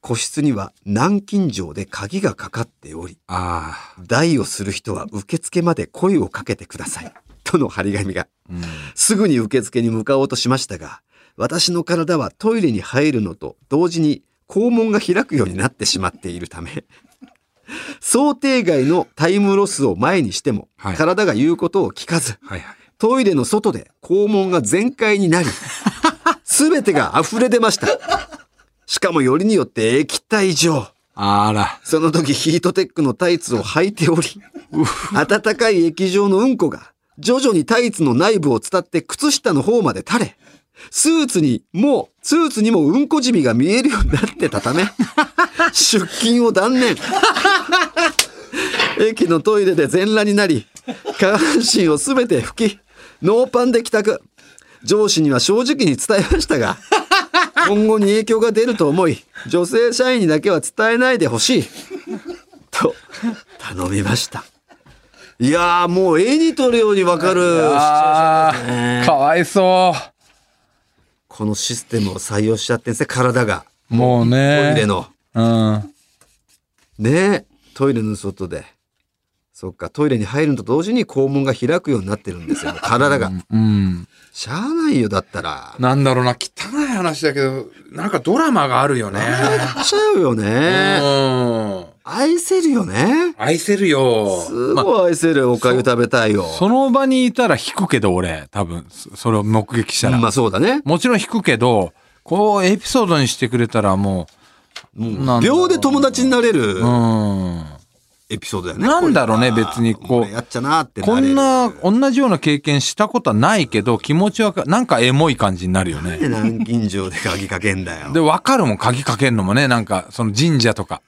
[SPEAKER 1] 個室には南京錠で鍵がかかっており、
[SPEAKER 2] ああ。
[SPEAKER 1] 代をする人は受付まで声をかけてください。との張り紙が。
[SPEAKER 2] うん。
[SPEAKER 1] すぐに受付に向かおうとしましたが、私の体はトイレに入るのと同時に肛門が開くようになってしまっているため、想定外のタイムロスを前にしても、
[SPEAKER 2] はい
[SPEAKER 1] 体が言うことを聞かず、
[SPEAKER 2] はいはい。
[SPEAKER 1] トイレの外で肛門が全開にな り、すべてが溢れ出ました。しかもよりによって液体状。
[SPEAKER 2] あら。
[SPEAKER 1] その時ヒートテックのタイツを履いており、暖かい液状のうんこが徐々にタイツの内部を伝って靴下の方まで垂れ、スーツにもう、スーツにもうんこじみが見えるようになってたため、出勤を断念。駅のトイレで全裸になり、下半身をすべて拭き、ノーパンで帰宅。上司には正直に伝えましたが、今後に影響が出ると思い、女性社員にだけは伝えないでほしい。と、頼みました。いやー、もう絵に撮るようにわかる。
[SPEAKER 2] ああ。かわいそ
[SPEAKER 1] このシステムを採用しちゃってんですね、体が。
[SPEAKER 2] う。もう
[SPEAKER 1] トイ
[SPEAKER 2] ね。
[SPEAKER 1] レの。
[SPEAKER 2] うん。
[SPEAKER 1] ねえトイレの外で。そっか、トイレに入るのと同時に肛門が開くようになってるんで すよ、体が。
[SPEAKER 2] うん。
[SPEAKER 1] しゃあないよ、だったら。
[SPEAKER 2] なんだろうな、汚い話だけど、なんかドラマがあるよね。
[SPEAKER 1] やっちゃうよね。
[SPEAKER 2] うん。
[SPEAKER 1] 愛せるよね。
[SPEAKER 2] 愛せるよ。
[SPEAKER 1] すごい愛せる、おかゆ食べたいよ。
[SPEAKER 3] その場にいたら引くけど、俺、多分、そそれを目撃したら。
[SPEAKER 1] まあそうだね。
[SPEAKER 3] もちろん引くけど、こう、エピソードにしてくれたらもなんだろう
[SPEAKER 1] 秒で友達になれる
[SPEAKER 3] う、うん。
[SPEAKER 1] エピソードだよね。
[SPEAKER 3] なんだろうね
[SPEAKER 1] これは
[SPEAKER 3] 別にこう
[SPEAKER 1] 俺やっちゃなーってれ
[SPEAKER 3] こ
[SPEAKER 1] る
[SPEAKER 3] んな、同じような経験したことはないけど、気持ちはか、なんかエモい感じになるよね。
[SPEAKER 1] 南京錠で鍵かけんだよ。
[SPEAKER 3] で、わかるもん、鍵かけんのもね、なんか、その神社とか。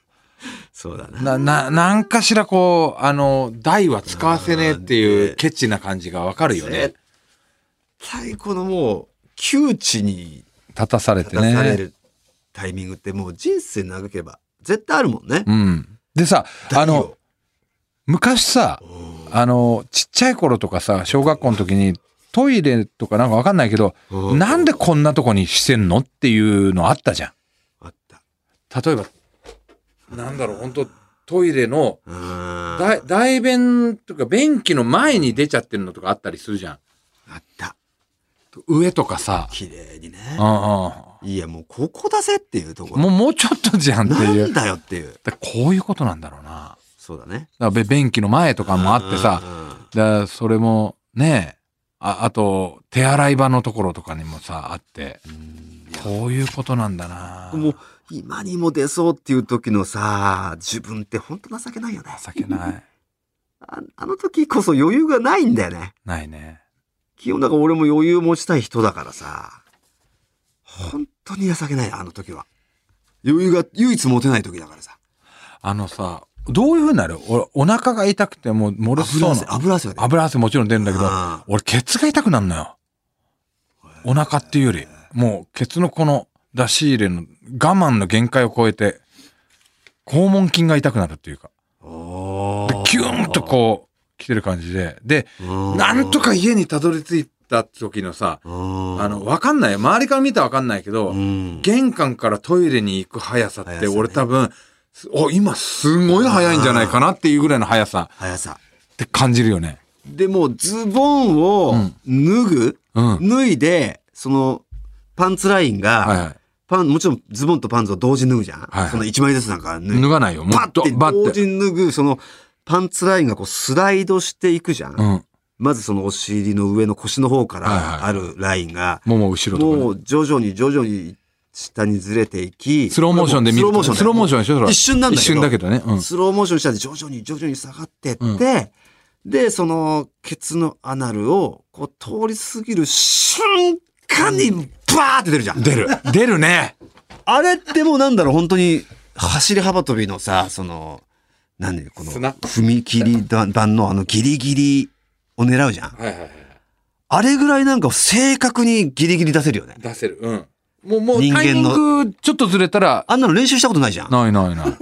[SPEAKER 1] そうだな。
[SPEAKER 3] な、な、なんかしらこう、あの、台は使わせねえっていうケチな感じがわかるよね
[SPEAKER 1] 絶。対このもう、窮地に
[SPEAKER 3] 立たされて
[SPEAKER 1] 立たされ
[SPEAKER 3] ね。
[SPEAKER 1] るタイミングってもう人生長けば絶対あるもんね。
[SPEAKER 3] うん。でさ、あ
[SPEAKER 1] 大
[SPEAKER 3] の
[SPEAKER 1] よ、、
[SPEAKER 3] 昔さ、あの、ちっちゃい頃とかさ、小学校の時に、トイレとかなんかわかんないけど、
[SPEAKER 1] うん
[SPEAKER 3] なんでこんなとこにしてんのっていうのあったじゃん。
[SPEAKER 1] あった。
[SPEAKER 3] 例えば、なんだろう、本当トイレの、
[SPEAKER 1] うーん
[SPEAKER 2] だ大便とか便器の前に出ちゃってるのとかあったりするじゃん。
[SPEAKER 1] あった。
[SPEAKER 3] 上とかさ、
[SPEAKER 1] 綺麗にね。
[SPEAKER 3] うんう
[SPEAKER 1] いや、もうここだぜっていうとこ
[SPEAKER 3] ん。
[SPEAKER 1] ろ。
[SPEAKER 3] もう、もうちょっとじゃんって
[SPEAKER 1] ないん
[SPEAKER 3] う。
[SPEAKER 1] だよっていう。
[SPEAKER 3] だこういうことなんだろうな。
[SPEAKER 1] そうだね。
[SPEAKER 3] だからべ便器の前とかもあってさ、
[SPEAKER 1] うん
[SPEAKER 3] だからそれもね、ああと、手洗い場のところとかにもさ、あって、こういうことなんだな。
[SPEAKER 1] もう今にも出そうっていう時のさ自分ってほんと情けないよね
[SPEAKER 3] 情けない。
[SPEAKER 1] ああの時こそ余裕がないんだよね
[SPEAKER 3] ないね。
[SPEAKER 1] 清永俺も余裕持ちたい人だからさ本当に情けないあの時は余裕が唯一持てない時だからさ
[SPEAKER 3] あのさ、どういうふうになるおお腹が痛くてもう漏れそう
[SPEAKER 1] 油汗
[SPEAKER 3] な。
[SPEAKER 1] 油汗が出る
[SPEAKER 3] 油汗もちろん出るんだけど
[SPEAKER 1] あ、
[SPEAKER 3] 俺ケツが痛くなるのよ。お腹っていうより、もうケツのこの出し入れの我慢の限界を超えて、肛門筋が痛くなるっていうか。
[SPEAKER 1] おー
[SPEAKER 2] キューンとこう来てる感じでで
[SPEAKER 1] う
[SPEAKER 2] なんとか家にたどり着いた時のさ
[SPEAKER 1] うん
[SPEAKER 2] あのわかんない周りから見たらわかんないけど、
[SPEAKER 1] うん
[SPEAKER 2] 玄関からトイレに行く速さって
[SPEAKER 1] 速さね
[SPEAKER 2] 俺多分すお今すごい速いんじゃないかなっていうぐらいの速さ
[SPEAKER 1] 速さ
[SPEAKER 2] って感じるよね。
[SPEAKER 1] でもうズボンを
[SPEAKER 2] うん
[SPEAKER 1] 脱ぐ、
[SPEAKER 2] うん。
[SPEAKER 1] 脱いでそのパンツラインが、
[SPEAKER 2] はいはい。
[SPEAKER 1] パンもちろんズボンとパンツを同時に脱ぐじゃん、
[SPEAKER 2] いはい
[SPEAKER 1] その1枚ずつなんか脱い
[SPEAKER 2] 脱がないよ。も
[SPEAKER 1] パッ
[SPEAKER 2] っと
[SPEAKER 1] て
[SPEAKER 2] バ
[SPEAKER 1] 同
[SPEAKER 2] ッて。
[SPEAKER 1] 時に脱ぐそのパンツラインがこうスライドしていくじゃん、
[SPEAKER 2] うん。
[SPEAKER 1] まずそのお尻の上の腰の方か
[SPEAKER 2] はい
[SPEAKER 1] ら
[SPEAKER 2] は
[SPEAKER 1] あるラインが、
[SPEAKER 2] もも後ろとか、
[SPEAKER 1] も
[SPEAKER 2] ね。
[SPEAKER 1] う徐々に徐々に下にずれていき
[SPEAKER 2] スローモーションで見る
[SPEAKER 1] スローモーションだ
[SPEAKER 2] ス
[SPEAKER 1] よ
[SPEAKER 2] ローモーションでしょそれは
[SPEAKER 1] 一瞬なんだ
[SPEAKER 2] 一
[SPEAKER 1] けど
[SPEAKER 2] 瞬だけどね。うん。
[SPEAKER 1] スローモーションしたら徐々に徐々に下がってって、で、そのケツのアナルをこう通り過ぎる瞬間にバーって出るじゃん。
[SPEAKER 2] 出る。出るね。
[SPEAKER 1] あれってもうなんだろう、本当に走り幅跳びのさ、その、何この
[SPEAKER 2] 砂
[SPEAKER 1] 踏切板のあのギリギリを狙うじゃん。
[SPEAKER 2] はいはいはい。
[SPEAKER 1] あれぐらいなんか正確にギリギリ出せるよね。
[SPEAKER 2] 出せる。うん。もう、もう
[SPEAKER 1] 人
[SPEAKER 2] タイ
[SPEAKER 1] 間
[SPEAKER 2] ミ
[SPEAKER 1] の
[SPEAKER 2] ングちょっとずれたら、
[SPEAKER 1] あんなの練習したことないじゃん。
[SPEAKER 2] ないな いない。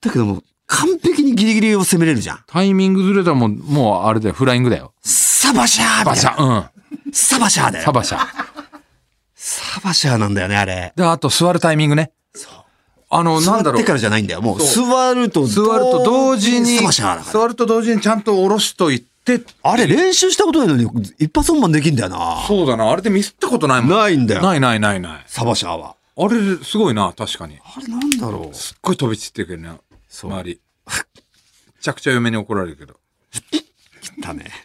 [SPEAKER 1] だけどもう完璧にギリギリを攻めれるじゃん。
[SPEAKER 2] タイミングずれたらもう、もうあれだよ。フライングだよ。
[SPEAKER 1] サバシャーみ
[SPEAKER 2] バ
[SPEAKER 1] たい
[SPEAKER 2] シ
[SPEAKER 1] な
[SPEAKER 2] ャ。
[SPEAKER 1] サバシャーだ
[SPEAKER 2] う
[SPEAKER 1] よ
[SPEAKER 2] ん。サ。バシャ。
[SPEAKER 1] サバシャーなんだよね、あれ。
[SPEAKER 2] で、あと座るタイミングね。そう。あの、
[SPEAKER 1] 座
[SPEAKER 2] なんだ
[SPEAKER 1] っ
[SPEAKER 2] ろう
[SPEAKER 1] て。からじゃないんだよ。もう
[SPEAKER 2] そ
[SPEAKER 1] 座ると
[SPEAKER 2] 座ると同時に、
[SPEAKER 1] サバシャーだから。
[SPEAKER 2] 座ると同時にちゃんと下ろしといて、
[SPEAKER 1] あれ練習したことないのに一発本番できんだよな。
[SPEAKER 2] そうだな。あれでミスったことないもん。
[SPEAKER 1] ないんだよ
[SPEAKER 2] ないないないない。
[SPEAKER 1] サバシャーは。
[SPEAKER 2] あれ、すごいな、確かに。
[SPEAKER 1] あれなんだろう。
[SPEAKER 2] すっごい飛び散ってるけどね、
[SPEAKER 1] そう
[SPEAKER 2] 周り。めちゃくちゃ嫁に怒られるけど。
[SPEAKER 1] だね。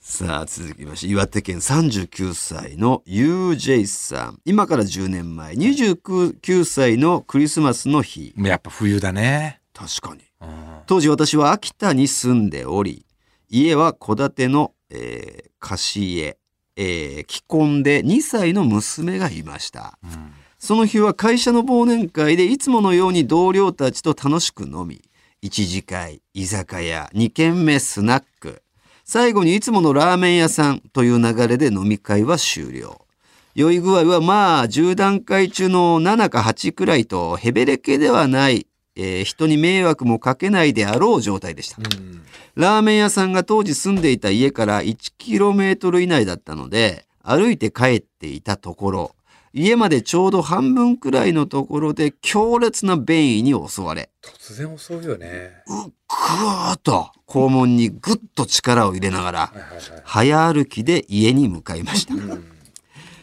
[SPEAKER 1] さあ続きまして岩手県39歳の UJ さん今から10年前29歳のクリスマスの日
[SPEAKER 2] やっぱ冬だね。
[SPEAKER 1] 確かに
[SPEAKER 2] うん
[SPEAKER 1] 当時私は秋田に住んでおり家は戸建ての、えー貸家、えー既婚で2歳の娘がいました
[SPEAKER 2] うん
[SPEAKER 1] その日は会社の忘年会でいつものように同僚たちと楽しく飲み、一次会、居酒屋、二軒目スナック、最後にいつものラーメン屋さんという流れで飲み会は終了。酔い具合はまあ10段階中の7か8くらいとヘベレケではない、えー人に迷惑もかけないであろう状態でした。
[SPEAKER 2] うん
[SPEAKER 1] ラーメン屋さんが当時住んでいた家から 1km 以内だったので、歩いて帰っていたところ、家までちょうど半分くらいのところで強烈な便意に襲われ、
[SPEAKER 2] 突然襲うよね。
[SPEAKER 1] ぐわーっと肛門にぐっと力を入れながら
[SPEAKER 2] は、いはいはい
[SPEAKER 1] 早歩きで家に向かいました。
[SPEAKER 2] うん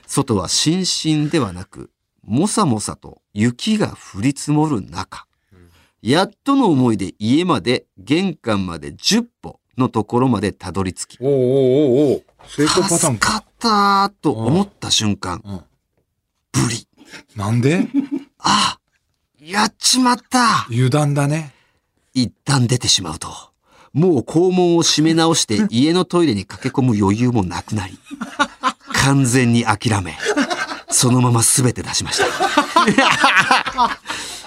[SPEAKER 1] 外は心身ではなく、もさもさと雪が降り積もる中
[SPEAKER 2] うん、
[SPEAKER 1] やっとの思いで家まで玄関まで10歩のところまでたどり着き、
[SPEAKER 2] おうおうおうおう成功パターン
[SPEAKER 1] 助
[SPEAKER 2] か。
[SPEAKER 1] かったと思った瞬間、
[SPEAKER 2] うん
[SPEAKER 1] ブリ。
[SPEAKER 2] なんで
[SPEAKER 1] あやっちまった
[SPEAKER 2] 油断だね。
[SPEAKER 1] 一旦出てしまうと、もう肛門を閉め直 して家のトイレに駆け込む余裕もなくなり、完全に諦め、そのまま全て出しま した。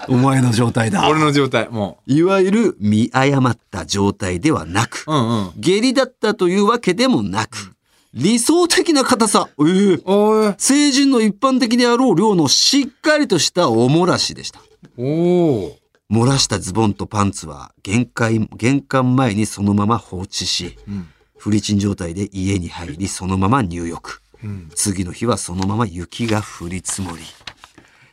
[SPEAKER 1] お前の状態だ。
[SPEAKER 2] 俺の状態、も
[SPEAKER 1] いわゆる見誤った状態ではなく、
[SPEAKER 2] う。うんうん。
[SPEAKER 1] 下痢だったというわけでもなく、理想的な硬さ、ええ
[SPEAKER 2] おー
[SPEAKER 1] 成人の一般的であろう量のしっかりとしたお漏らしでした。
[SPEAKER 2] おー
[SPEAKER 1] 漏らしたズボンとパンツは限界、玄関前にそのまま放置し、
[SPEAKER 2] うん
[SPEAKER 1] フリチン状態で家に入り、そのまま入浴。
[SPEAKER 2] うん
[SPEAKER 1] 次の日はそのまま雪が降り積もり、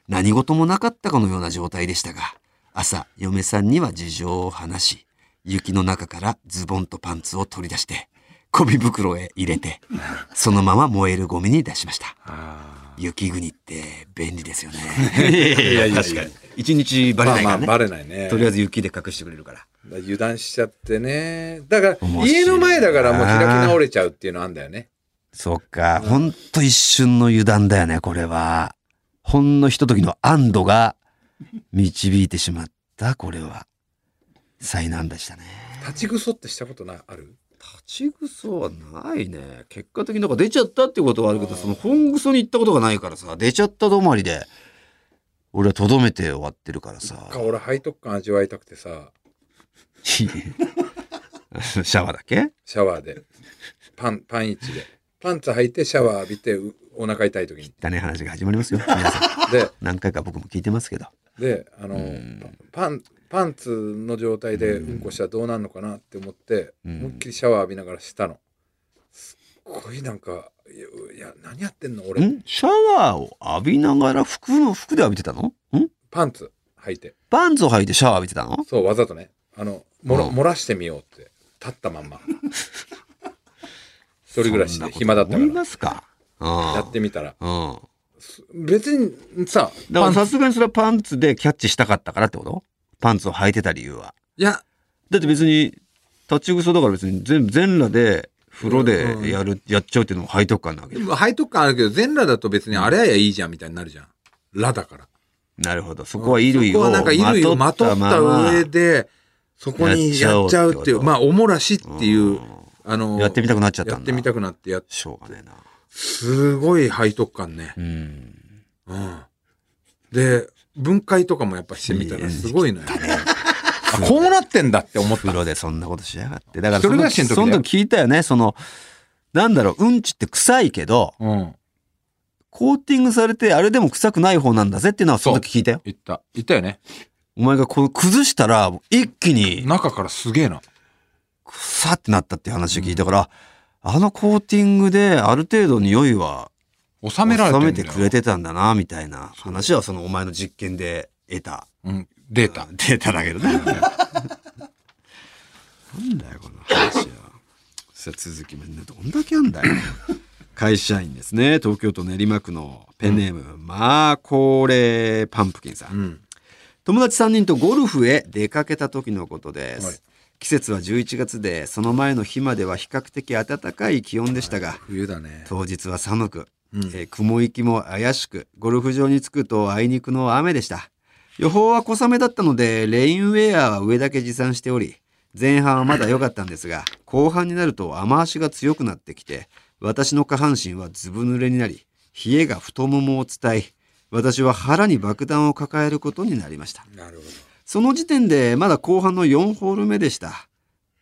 [SPEAKER 1] 何事もなかったかのような状態でしたが、朝、嫁さんには事情を話し、雪の中からズボンとパンツを取り出して、ゴミ袋へ入れて、そのまま燃えるゴミに出しました。
[SPEAKER 2] あ
[SPEAKER 1] 雪国って便利ですよね。
[SPEAKER 2] いやいやいや確かに。
[SPEAKER 1] 一日
[SPEAKER 2] ー
[SPEAKER 1] バレ
[SPEAKER 2] ま
[SPEAKER 1] な
[SPEAKER 2] あ
[SPEAKER 1] い
[SPEAKER 2] ま
[SPEAKER 1] からね。
[SPEAKER 2] あバレないね。
[SPEAKER 1] とりあえず雪で隠してくれるから。
[SPEAKER 2] 油断しちゃってね。だから、
[SPEAKER 1] 面白い
[SPEAKER 2] 家の前だからもう開き直れちゃうっていうのあんだよね。
[SPEAKER 1] そっか。ほんと一瞬の油断だよね、これは。ほんのひと時の安堵が導いてしまった、これは。災難でしたね。
[SPEAKER 2] 立ちぐそってしたことないある
[SPEAKER 1] 立ちぐそはないね。結果的になんか出ちゃったってことはあるけど、その本ぐそに行ったことがないからさ、出ちゃった止まりで、俺はとどめて終わってるからさ。
[SPEAKER 2] か俺背徳感味わいたくてさ
[SPEAKER 1] シャワーだけ
[SPEAKER 2] シャワーでパンパン一でパンツ履いてシャワー浴びてうお腹痛い時に
[SPEAKER 1] だね話が始まりますよ。皆さん。
[SPEAKER 2] で
[SPEAKER 1] 何回か僕も聞いてますけど。
[SPEAKER 2] であの、
[SPEAKER 1] うん
[SPEAKER 2] パンパンツの状態で
[SPEAKER 1] うん
[SPEAKER 2] うんこしたらどうなるのかなって思って、
[SPEAKER 1] うん
[SPEAKER 2] 思いっきりシャワー浴びながらしたのすっごいなんかいやいや何やってんの俺
[SPEAKER 1] んシャワーを浴びながら服の服で浴びてたのん
[SPEAKER 2] パンツ履いて
[SPEAKER 1] パンツを履いてシャワー浴びてたの
[SPEAKER 2] そうわざとねあのもら
[SPEAKER 1] うん
[SPEAKER 2] 漏らしてみようって立ったまん ま一人暮らし
[SPEAKER 1] そんな
[SPEAKER 2] で
[SPEAKER 1] こと
[SPEAKER 2] 暇だったか
[SPEAKER 1] 思い
[SPEAKER 2] ら
[SPEAKER 1] ますかうん
[SPEAKER 2] やってみたら
[SPEAKER 1] うん
[SPEAKER 2] す別にさ
[SPEAKER 1] だから
[SPEAKER 2] パン
[SPEAKER 1] さすがにそれはパンツでキャッチしたかったからってことパンツを履いてた理由はい
[SPEAKER 2] や
[SPEAKER 1] だって別に立ちぐそだから別に全全裸で風呂でやる、やっちゃうっていうのも履いとくかんなわけ
[SPEAKER 2] でも背徳感あるけど全裸だと別にあれややいいじゃんみたいになるじゃんラだから
[SPEAKER 1] なるほどそこは衣類
[SPEAKER 2] そこ
[SPEAKER 1] を
[SPEAKER 2] はなんか衣類をま
[SPEAKER 1] ま
[SPEAKER 2] と
[SPEAKER 1] と
[SPEAKER 2] っ
[SPEAKER 1] ったた
[SPEAKER 2] 上
[SPEAKER 1] 上
[SPEAKER 2] でそこにや
[SPEAKER 1] や
[SPEAKER 2] っ
[SPEAKER 1] っ
[SPEAKER 2] ち
[SPEAKER 1] ち
[SPEAKER 2] ゃ
[SPEAKER 1] ゃ
[SPEAKER 2] う
[SPEAKER 1] う
[SPEAKER 2] っ
[SPEAKER 1] ってて
[SPEAKER 2] い
[SPEAKER 1] いうう
[SPEAKER 2] まあおもらしっていう、
[SPEAKER 1] うん
[SPEAKER 2] あの
[SPEAKER 1] やってみたくなっちゃったんだ
[SPEAKER 2] やってみたくなってやっ
[SPEAKER 1] しょうがねえな
[SPEAKER 2] すごい背徳感ね
[SPEAKER 1] うん
[SPEAKER 2] うんで分解とかもやっぱしてみたらすごいのよ
[SPEAKER 3] あこうなってんだって思った
[SPEAKER 1] 風呂でそんなことしやがってだから
[SPEAKER 3] 一
[SPEAKER 1] そ
[SPEAKER 3] 人暮
[SPEAKER 1] の
[SPEAKER 3] らしの時だよ
[SPEAKER 1] その時聞いたよねそのなんだろううんちって臭いけど
[SPEAKER 3] うん
[SPEAKER 1] コーティングされてあれでも臭くない方なんだぜっていうのはその時聞いたよ
[SPEAKER 3] 言った言ったよね
[SPEAKER 1] お前がこう崩したら一気に
[SPEAKER 3] 中からすげえな
[SPEAKER 1] くさってなったって話を聞いたから、あのコーティングである程度匂いは
[SPEAKER 3] 収められて
[SPEAKER 1] 収
[SPEAKER 3] んだ
[SPEAKER 1] め
[SPEAKER 3] よ
[SPEAKER 1] てくれてたんだなみたいな話はそのお前の実験で得た
[SPEAKER 3] うん、データ
[SPEAKER 1] データだけどね。なんだよこの話は。さあ続きまでどんだけあんだよ。会社員ですね東京都練馬区のペンネーム、マーコーレーパンプキンさん
[SPEAKER 2] うん
[SPEAKER 1] 友達3人とゴルフへ出かけた時のことです、
[SPEAKER 2] はい
[SPEAKER 1] 季節は11月でその前の日までは比較的暖かい気温でしたが、
[SPEAKER 2] 冬だね
[SPEAKER 1] 当日は寒く、
[SPEAKER 2] うん
[SPEAKER 1] えー雲行きも怪しくゴルフ場に着くとあいにくの雨でした予報は小雨だったのでレインウェアは上だけ持参しており前半はまだ良かったんですが後半になると雨足が強くなってきて私の下半身はずぶ濡れになり冷えが太ももを伝え私は腹に爆弾を抱えることになりました
[SPEAKER 2] なるほ
[SPEAKER 1] その時点でまだ後半の4ホール目でした。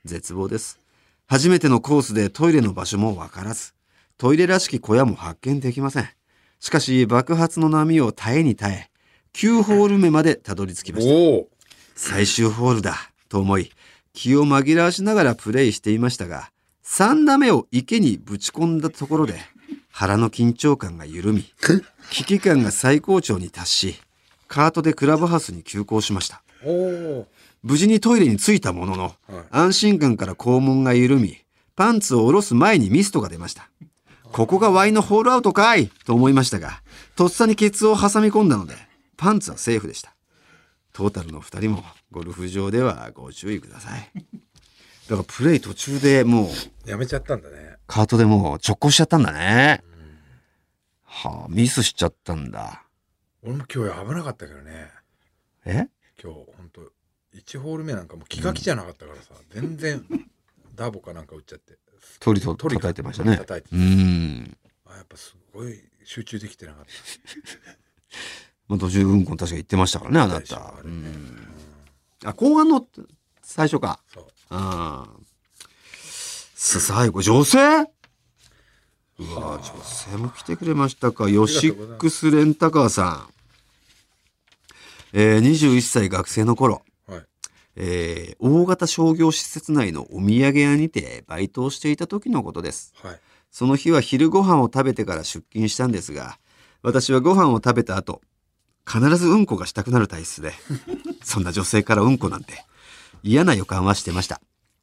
[SPEAKER 1] 絶望です。初めてのコースでトイレの場所もわからず、トイレらしき小屋も発見できません。しかし爆発の波を耐えに耐え、9ホール目までたどり着きま
[SPEAKER 2] ど
[SPEAKER 1] した。
[SPEAKER 2] おお
[SPEAKER 1] 最終ホールだと思い、気を紛らわしながらプレイしていましたが、3打目を池にぶち込んだところで、腹の緊張感が緩み、危機感が最高潮に達し、カートでクラブハウスに急行しました。
[SPEAKER 2] おお
[SPEAKER 1] 無事にトイレに着いたものの、
[SPEAKER 2] はい
[SPEAKER 1] 安心感から肛門が緩み、パンツを下ろす前にミストが出ました。ここがワイのホールアウトかいと思いましたが、とっさにケツを挟み込んだので、パンツはセーフでした。トータルの二人もゴルフ場ではご注意ください。だからプレイ途中でもう
[SPEAKER 2] やめちゃったんだね
[SPEAKER 1] カートでもう直行しちゃったんだね。はあ、ミスしちゃったんだ。
[SPEAKER 2] 俺も今日危なかったけどね
[SPEAKER 1] え
[SPEAKER 2] 今日本当一1ホール目なんかもう気が気じゃなかったからさ、全然ダボかなんか打っちゃって
[SPEAKER 1] トリと
[SPEAKER 2] トリ
[SPEAKER 1] 叩
[SPEAKER 2] が
[SPEAKER 1] いてましたね。
[SPEAKER 2] 叩いて
[SPEAKER 1] う
[SPEAKER 2] た
[SPEAKER 1] ん。
[SPEAKER 2] あやっぱすごい集中できてなかった
[SPEAKER 1] まあ、途中運行確か言ってましたからね、あな
[SPEAKER 2] 最初
[SPEAKER 1] た
[SPEAKER 2] は。ね
[SPEAKER 1] う
[SPEAKER 2] うんん
[SPEAKER 1] あ、後半の最初か。
[SPEAKER 2] そう
[SPEAKER 1] うん。す最後、女性うわ女性も来てくれましたか。ヨシックスレンタカーさん。えー、21歳学生の頃、
[SPEAKER 2] はい
[SPEAKER 1] えー大型商業施設内のお土産屋にてバイトをしていた時のことです。
[SPEAKER 2] はい
[SPEAKER 1] その日は昼ご飯を食べてから出勤したんですが、私はご飯を食べた後、必ずうんこがしたくなる体質で、 そんな女性からうんこなんて嫌な予感はしてました。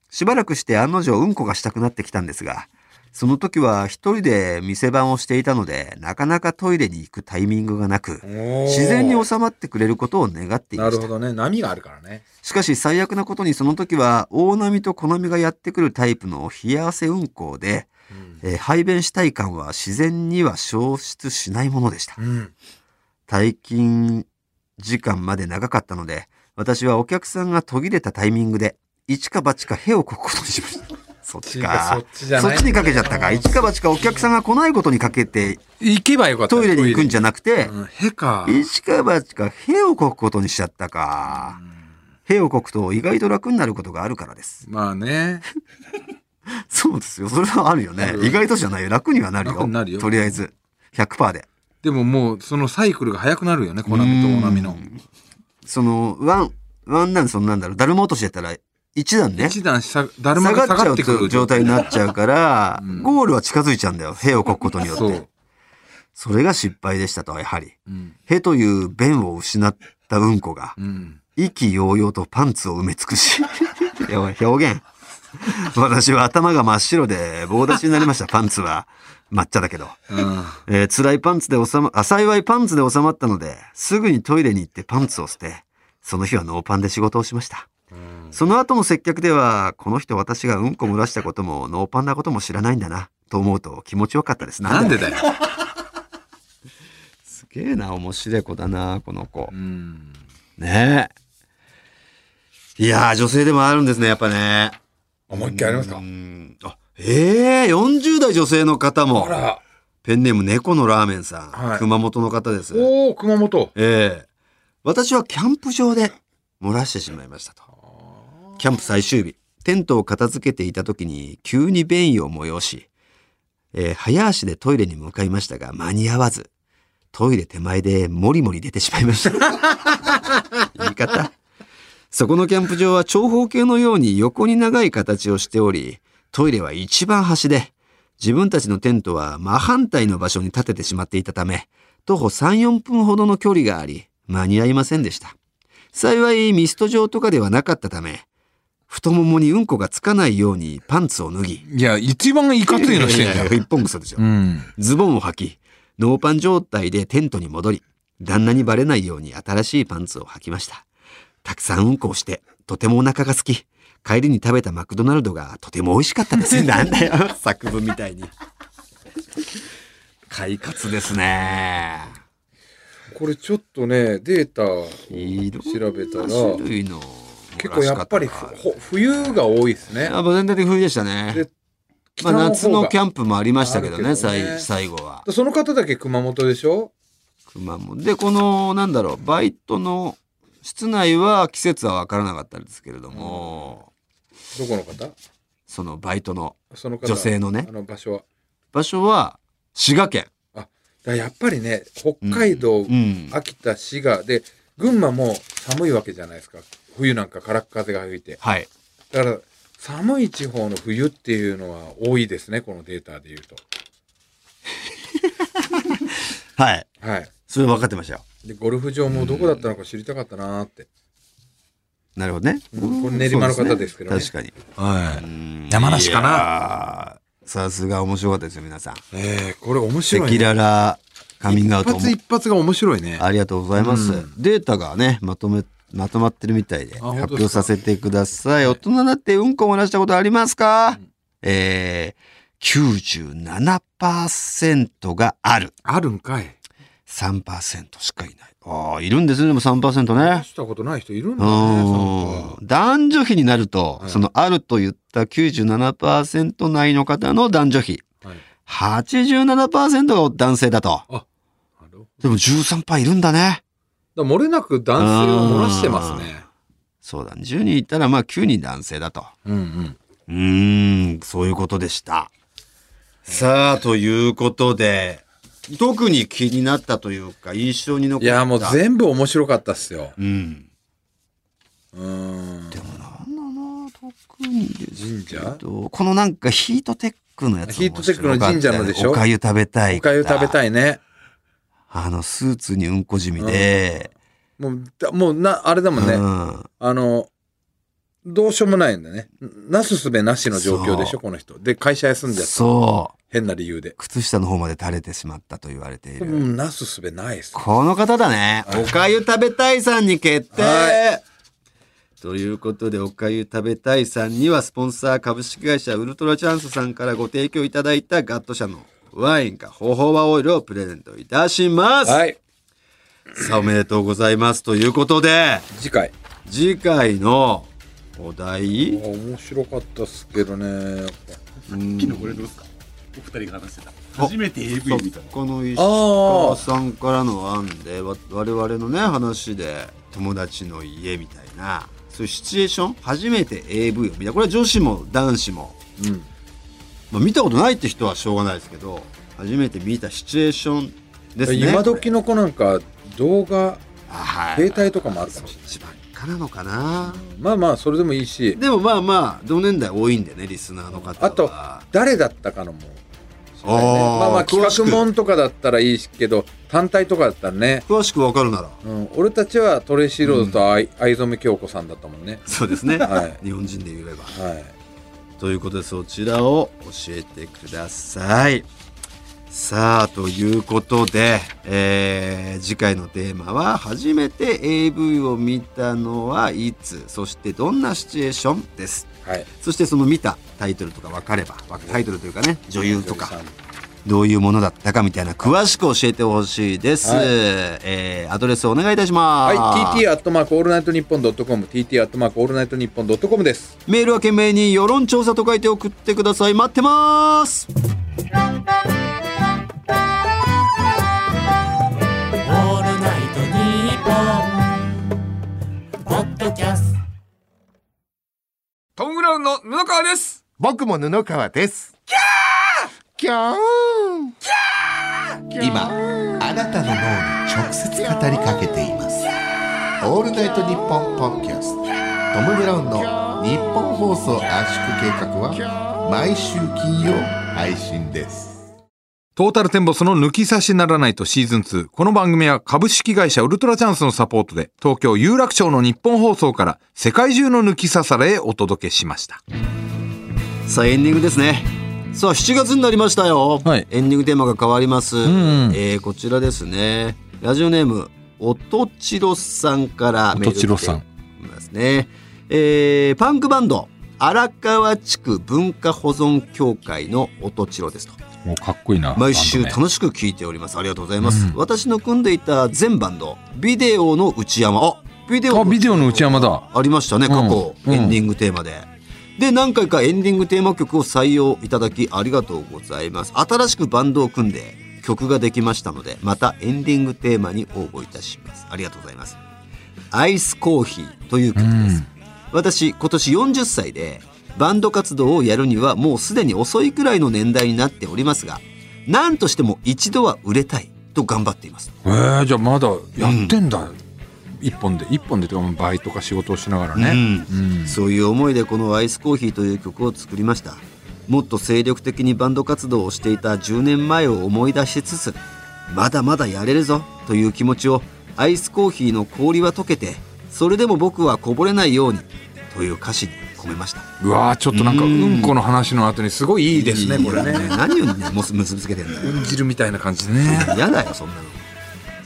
[SPEAKER 1] しばらくして案の定うんこがしたくなってきたんですが、その時は一人で店番をしていたので、なかなかトイレに行くタイミングがなく、自然に収まってくれることを願ってい
[SPEAKER 2] な
[SPEAKER 1] まし
[SPEAKER 2] るほ
[SPEAKER 1] た。
[SPEAKER 2] どね波があるからね
[SPEAKER 1] しかし最悪なことにその時は大波と小波がやってくるタイプの冷や汗運行で、
[SPEAKER 2] うん、
[SPEAKER 1] えー排便したい感は自然には消失しないものでした。
[SPEAKER 2] うん
[SPEAKER 1] 退勤時間まで長かったので、私はお客さんが途切れたタイミングで、一か八かへをこくことにしま した。そっち
[SPEAKER 2] そ
[SPEAKER 1] か
[SPEAKER 2] っ。ちじゃ
[SPEAKER 1] そ
[SPEAKER 2] ない
[SPEAKER 1] っちにかけちゃったか。一か八かお客さんが来ないことにかけて、
[SPEAKER 2] 行けばよかった
[SPEAKER 1] トイレに行くんじゃなくて、
[SPEAKER 2] うんへか
[SPEAKER 1] 一か八かへをこくことにしちゃったか。へをこくと意外と楽になることがあるからです。
[SPEAKER 2] まあね
[SPEAKER 1] そうですよ。それはあるよね
[SPEAKER 2] う。ん
[SPEAKER 1] 意外とじゃないよ。楽にはなる
[SPEAKER 2] 楽
[SPEAKER 1] よ。
[SPEAKER 2] になるよ
[SPEAKER 1] とりあえず。100%で。
[SPEAKER 2] でももうそのサイクルが早くなるよね小波と大波の
[SPEAKER 1] うんその、ワン、ワンダウン、そのなんだろう、だるま落としやったら、一段ね、
[SPEAKER 4] 一段下、だる
[SPEAKER 1] 下
[SPEAKER 4] まが下
[SPEAKER 1] が
[SPEAKER 4] が
[SPEAKER 1] っ
[SPEAKER 4] っ
[SPEAKER 1] ち
[SPEAKER 4] て
[SPEAKER 1] ゃ
[SPEAKER 4] く
[SPEAKER 1] う
[SPEAKER 4] る
[SPEAKER 1] 状態になっちゃうから、
[SPEAKER 4] うん
[SPEAKER 1] ゴールは近づいちゃうんだよ。兵をこくことによっ
[SPEAKER 4] そ
[SPEAKER 1] て
[SPEAKER 4] う。
[SPEAKER 1] それが失敗でしたと、やはり。
[SPEAKER 4] うん。
[SPEAKER 1] 兵という弁を失ったうんこが、
[SPEAKER 4] うん。
[SPEAKER 1] 意気揚々とパンツを埋め尽くし。 やばい、表現。私は頭が真っ白で棒立ちになりました、パンツは。抹茶だけど。
[SPEAKER 4] うん
[SPEAKER 1] えー辛いパンツで収ま、あ、幸いパンツで収まったので、すぐにトイレに行ってパンツを捨て、その日はノーパンで仕事をしました。その後の接客では、この人私がうんこ漏らしたこともノーパンなことも知らないんだな、と思うと気持ちよかったです。
[SPEAKER 4] なんでだよ。
[SPEAKER 1] すげえな、面白い子だな、この子
[SPEAKER 4] う。ん。
[SPEAKER 1] ねえ。いやー、女性でもあるんですね、やっぱね。
[SPEAKER 2] もう一回ありますか
[SPEAKER 1] うんあ、ええ40代女性の方も
[SPEAKER 2] あ。ら。
[SPEAKER 1] ペンネーム猫のラーメンさん。
[SPEAKER 2] はい
[SPEAKER 1] 熊本の方です。
[SPEAKER 2] おお、熊本。
[SPEAKER 1] ええ私はキャンプ場で漏らしてしまいましたと。キャンプ最終日、テントを片付けていた時に急に便意を催し、えー早足でトイレに向かいましたが間に合わず、トイレ手前でもりもり出てしまいました。 言い方。そこのキャンプ場は長方形のように横に長い形をしており、トイレは一番端で、自分たちのテントは真反対の場所に立ててしまっていたため、徒歩3、4分ほどの距離があり、間に合いませんでした。幸いミスト状とかではなかったため、太ももにうんこがつかないようにパンツを脱ぎ、
[SPEAKER 2] いや、一番いかついのしてんじゃん。
[SPEAKER 1] 一本草ですよ。
[SPEAKER 2] うん。
[SPEAKER 1] ズボンを履き、ノーパン状態でテントに戻り、旦那にバレないように新しいパンツを履きました。たくさんうんこをして、とてもお腹が空き、帰りに食べたマクドナルドがとても美味しかったです。 なんだよ、作文みたいに。快活ですね。
[SPEAKER 2] これちょっとね、データ
[SPEAKER 1] いろんな
[SPEAKER 2] 調べたら、
[SPEAKER 1] 種類の
[SPEAKER 2] 結構やっぱり
[SPEAKER 1] 漏らし方があ
[SPEAKER 2] ふ
[SPEAKER 1] る
[SPEAKER 2] ほ冬が多いですね。
[SPEAKER 1] やっぱ全体的に冬でしたね
[SPEAKER 2] で。
[SPEAKER 1] まあ夏のキ
[SPEAKER 2] ン
[SPEAKER 1] ャンプもありましたけどね、
[SPEAKER 2] あるけどね
[SPEAKER 1] 最最後は。
[SPEAKER 2] プ。その方だけ熊本でしょ
[SPEAKER 1] 熊もでこのなんだろうバイトの室内は季節は分からなかったんですけれども、
[SPEAKER 2] どこの方
[SPEAKER 1] そのバイトの
[SPEAKER 2] その方。
[SPEAKER 1] 女性のね
[SPEAKER 2] あの場所は。
[SPEAKER 1] 場所は滋賀県、
[SPEAKER 2] だからやっぱりね、北海道、
[SPEAKER 1] うん、
[SPEAKER 2] 秋田、滋賀で、群馬も寒いわけじゃないですか。冬なんかからっ風が吹いて。
[SPEAKER 1] はい
[SPEAKER 2] だから、寒い地方の冬っていうのは多いですね、このデータで言うと。
[SPEAKER 1] はい
[SPEAKER 2] はい。
[SPEAKER 1] それ分かってましたよ
[SPEAKER 2] で、ゴルフ場もどこだったのか知りたかったなーって。
[SPEAKER 1] なるほどね、
[SPEAKER 2] うんこれ練馬の方ですけどね
[SPEAKER 1] そうですね
[SPEAKER 4] は
[SPEAKER 1] 確かにうん
[SPEAKER 4] 山梨かない
[SPEAKER 1] やーさすが面白かったですよ皆さん
[SPEAKER 4] ええこれ面
[SPEAKER 1] 赤
[SPEAKER 4] 白い、ね。
[SPEAKER 1] 裸々カミングアウト
[SPEAKER 4] 一発一発が面白いね。
[SPEAKER 1] ありがとうございます、
[SPEAKER 4] うん
[SPEAKER 1] データがねまとめまとまってるみたいで
[SPEAKER 4] 本当です
[SPEAKER 1] 発
[SPEAKER 4] か
[SPEAKER 1] 表させてください大人だってうんこ漏らしたことありますか、えー、97%がある
[SPEAKER 4] あるんかい。
[SPEAKER 1] 3%しかいないああいるんですねでも3%ね
[SPEAKER 2] したことない人いるん
[SPEAKER 1] う
[SPEAKER 2] だね、
[SPEAKER 1] ん男女比になると、
[SPEAKER 2] はい
[SPEAKER 1] そのあると言った97%内の方の男女比
[SPEAKER 2] はい
[SPEAKER 1] 87%が男性だと
[SPEAKER 2] なるほど
[SPEAKER 1] でも13%いるんだね
[SPEAKER 2] だから漏れなく男性を漏らしてますね。
[SPEAKER 1] そうだ、ね、10人いたらまあ9人男性だと。
[SPEAKER 2] うんうん。
[SPEAKER 1] うーん、そういうことでした。さあ、ということで、特に気になったというか、印象に残った。
[SPEAKER 2] いや、もう全部面白かったっすよ。
[SPEAKER 1] うん。
[SPEAKER 2] うーん。
[SPEAKER 1] でもなんだろうな、特にですけ
[SPEAKER 2] 神
[SPEAKER 1] ど、このなんかヒートテックのやつ
[SPEAKER 2] ヒートテックの神社のでしょ
[SPEAKER 1] おかゆ食べたい。
[SPEAKER 2] おかゆ食べ
[SPEAKER 1] い。
[SPEAKER 2] たいね。
[SPEAKER 1] あの、スーツにうんこじみで、
[SPEAKER 2] もう、だもうな、あれだもんね。
[SPEAKER 1] うん
[SPEAKER 2] あの、どうしようもないんだね。なすすべなしの状況でし
[SPEAKER 1] そ
[SPEAKER 2] ょ、この人。で、会社休んじゃった。
[SPEAKER 1] そう。
[SPEAKER 2] 変な理由で。
[SPEAKER 1] 靴下の方まで垂れてしまったと言われている。
[SPEAKER 2] もうなすすべないっす。
[SPEAKER 1] この方だね。おかゆ食べたいさんに決定、
[SPEAKER 2] は
[SPEAKER 1] ということで、おかゆ食べたいさんには、スポンサー株式会社ウルトラチャンスさんからご提供いただいたガット社のワインかホホバオイルをプレゼントいたします。
[SPEAKER 2] はい。
[SPEAKER 1] さあ、おめでとうございます。ということで、
[SPEAKER 2] 次回。
[SPEAKER 1] 次回のお題
[SPEAKER 2] 面白かったっすけどね。
[SPEAKER 5] 昨日これどうですかお二人が話してた初めて AV
[SPEAKER 1] そ
[SPEAKER 5] 見たの
[SPEAKER 1] この石
[SPEAKER 2] あ
[SPEAKER 1] 川
[SPEAKER 2] あ。
[SPEAKER 1] さんからの案でわ我々のね話で友達の家みたいなそういうシチュエーション初めて AV を見たこれは女子も男子も、
[SPEAKER 2] うん。
[SPEAKER 1] まあ、見たことないって人はしょうがないですけど初めて見たシチュエーションですね
[SPEAKER 2] 今時の子なんか動画
[SPEAKER 1] は
[SPEAKER 2] 携帯とかもあるかもしれ
[SPEAKER 1] そっちばっかなのかな、
[SPEAKER 2] ないまあまあそれでもいいし
[SPEAKER 1] でもまあまあ同年代多いんでねリスナーの方は
[SPEAKER 2] あと誰だったかのも
[SPEAKER 1] あー
[SPEAKER 2] まあまあ企
[SPEAKER 1] 詳し
[SPEAKER 2] 画
[SPEAKER 1] く
[SPEAKER 2] もんとかだったらいいけど単体とかだったらね、
[SPEAKER 1] 詳しくわかるなら
[SPEAKER 2] うん、俺たちはトレーシーロードとあい藍染京子さんだったもんね
[SPEAKER 1] そうです ね、
[SPEAKER 2] は
[SPEAKER 1] 日本人で言えば
[SPEAKER 2] はい
[SPEAKER 1] ということでそちらを教えてくださいさあということで、えー次回のテーマは「初めて AV を見たのはいつそしてどんなシチュエーション?」です
[SPEAKER 2] はい
[SPEAKER 1] そしてその見たタイトルとか分かればわタイトルというかね女優と
[SPEAKER 2] 女
[SPEAKER 1] か
[SPEAKER 2] 優さん
[SPEAKER 1] どういうものだったかみたいな詳しく教えてほしいです、
[SPEAKER 2] はい
[SPEAKER 1] えーアドレスお願いいたします、
[SPEAKER 2] はい TT アットマークオールナイトニッポンドットコム TT アットマークオールナイトニッポンドットコムです
[SPEAKER 1] メールは懸命に世論調査と書いて送ってください待ってます
[SPEAKER 6] オールナイトニッポン」ポッドキャスト
[SPEAKER 3] トム・ブラウンの布川です
[SPEAKER 7] 僕も布川です。キャーキャー今、あなたの脳に直接語りかけています。オールナイトニッポンポッドキャスト。トム・ブラウンの日本放送圧縮計画は毎週金曜配信です。
[SPEAKER 2] トータルテンボスの抜き差しならないとシーズン2。この番組は株式会社ウルトラチャンスのサポートで、東京有楽町の日本放送から世界中の抜き差されへお届けしました。
[SPEAKER 1] さあエンディングですねさあ7月になりましたよ、
[SPEAKER 2] はい
[SPEAKER 1] エンディングテーマが変わります、
[SPEAKER 2] んうん
[SPEAKER 1] えーこちらですねラジオネームおとちろさんからメール
[SPEAKER 2] おとちろさん
[SPEAKER 1] 来ていますね、えーパンクバンド荒川地区文化保存協会のおとちろですと
[SPEAKER 2] もうかっこいいな
[SPEAKER 1] 毎週楽しく聞いておりますありがとうございます、私の組んでいた全バンドビデオの内山あビデ
[SPEAKER 2] あビデオの内山だ
[SPEAKER 1] ありましたね過去、
[SPEAKER 2] うん
[SPEAKER 1] エンディングテーマで、で何回かエンディングテーマ曲を採用いただきありがとうございます新しくバンドを組んで曲ができましたのでまたエンディングテーマに応募いたしますありがとうございますアイスコーヒーという曲です、私今年40歳でバンド活動をやるにはもうすでに遅いくらいの年代になっておりますが何としても一度は売れたいと頑張っています
[SPEAKER 2] えー、じゃあまだやってんだ。一本で、一本でというか、バイトか仕事をしながらね。うん
[SPEAKER 1] そういう思いでこの「アイスコーヒー」という曲を作りましたもっと精力的にバンド活動をしていた10年前を思い出しつつまだまだやれるぞという気持ちをアイスコーヒーの氷は溶けてそれでも僕はこぼれないようにという歌詞に込めました
[SPEAKER 2] うわーちょっとなんか、うんこの話の後にすごいいいですね、これね。
[SPEAKER 1] いいよ何をねもう結びつけてんだよ
[SPEAKER 2] うん汁みたいな感じでね。
[SPEAKER 1] 嫌だよそんなの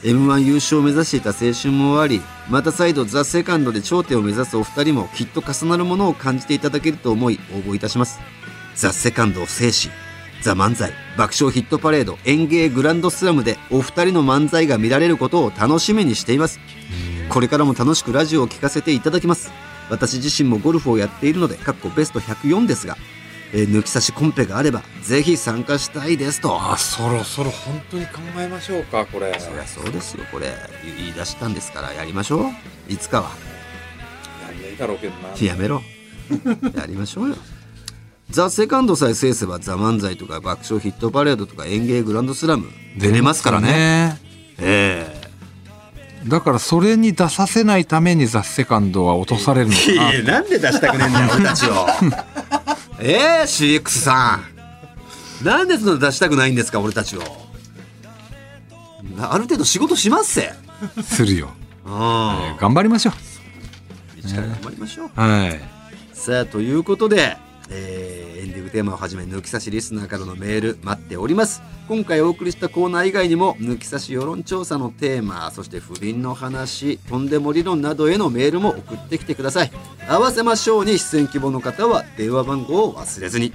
[SPEAKER 1] m 1優勝を目指していた青春も終わりまた再度「ザ・セカンドで頂点を目指すお二人もきっと重なるものを感じていただけると思い応募いたします「ザ・セカンドを制し「ザ・漫才爆笑ヒットパレード演芸グランドスラムでお二人の漫才が見られることを楽しみにしていますこれからも楽しくラジオを聴かせていただきます私自身もゴルフをやっているのでかっこベスト104ですが、えー抜き差しコンペがあればぜひ参加したいですと
[SPEAKER 2] あ、そろそろ本当に考えましょうか、これ。
[SPEAKER 1] そりゃそうですよこれ言い出したんですからやりましょういつかは
[SPEAKER 2] 何がいいだろうけどな。
[SPEAKER 1] やめろ やりましょうよザ・セカンドさえ制せば「ザ・漫才」とか「爆笑ヒットパレード」とか「演芸グランドスラム」出れますからね
[SPEAKER 2] ね。
[SPEAKER 1] え
[SPEAKER 2] だからそれに出させないためにザ・セカンドは落とされるの
[SPEAKER 1] え
[SPEAKER 2] かな。
[SPEAKER 1] なんで出したくねえん だよ俺たちをええ CX さんなんでその出したくないんですか俺たちをなある程度仕事しますせ
[SPEAKER 2] するよ。
[SPEAKER 1] うん
[SPEAKER 2] 頑張りましょ
[SPEAKER 1] 一から頑張りましょう
[SPEAKER 2] う。はい。
[SPEAKER 1] さあということで、えーエンディングテーマをはじめ抜き差しリスナーからのメール待っております今回お送りしたコーナー以外にも抜き差し世論調査のテーマそして不倫の話とんでも理論などへのメールも送ってきてください合わせましょうに出演希望の方は電話番号を忘れずに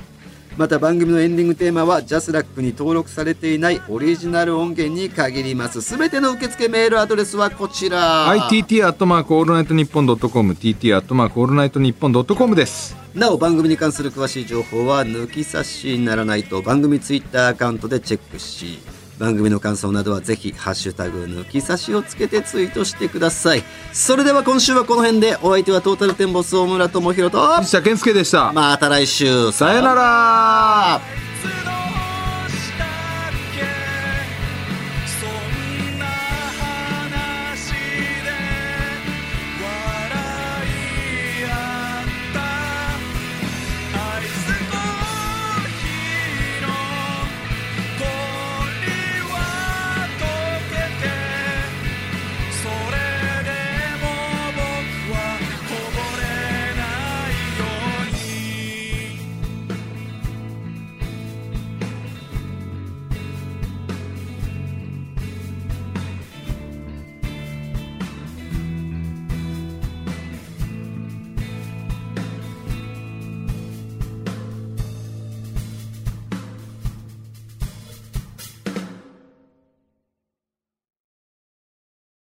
[SPEAKER 1] また番組のエンディングテーマはジャスラックに登録されていないオリジナル音源に限りますすべての受付メールアドレスはこちら
[SPEAKER 2] ITT アットマークオールナイトニッポンドットコム TT アットマークオールナイトニッポンドットコムです
[SPEAKER 1] なお番組に関する詳しい情報は抜き差しにならないと番組ツイッターアカウントでチェックし番組の感想などはぜひ「ハッシュタグ抜き差し」をつけてツイートしてくださいそれでは今週はこの辺でお相手はトータルテンボス大村智広と
[SPEAKER 2] 藤田健介でした
[SPEAKER 1] また来週
[SPEAKER 2] さよなら
[SPEAKER 1] ら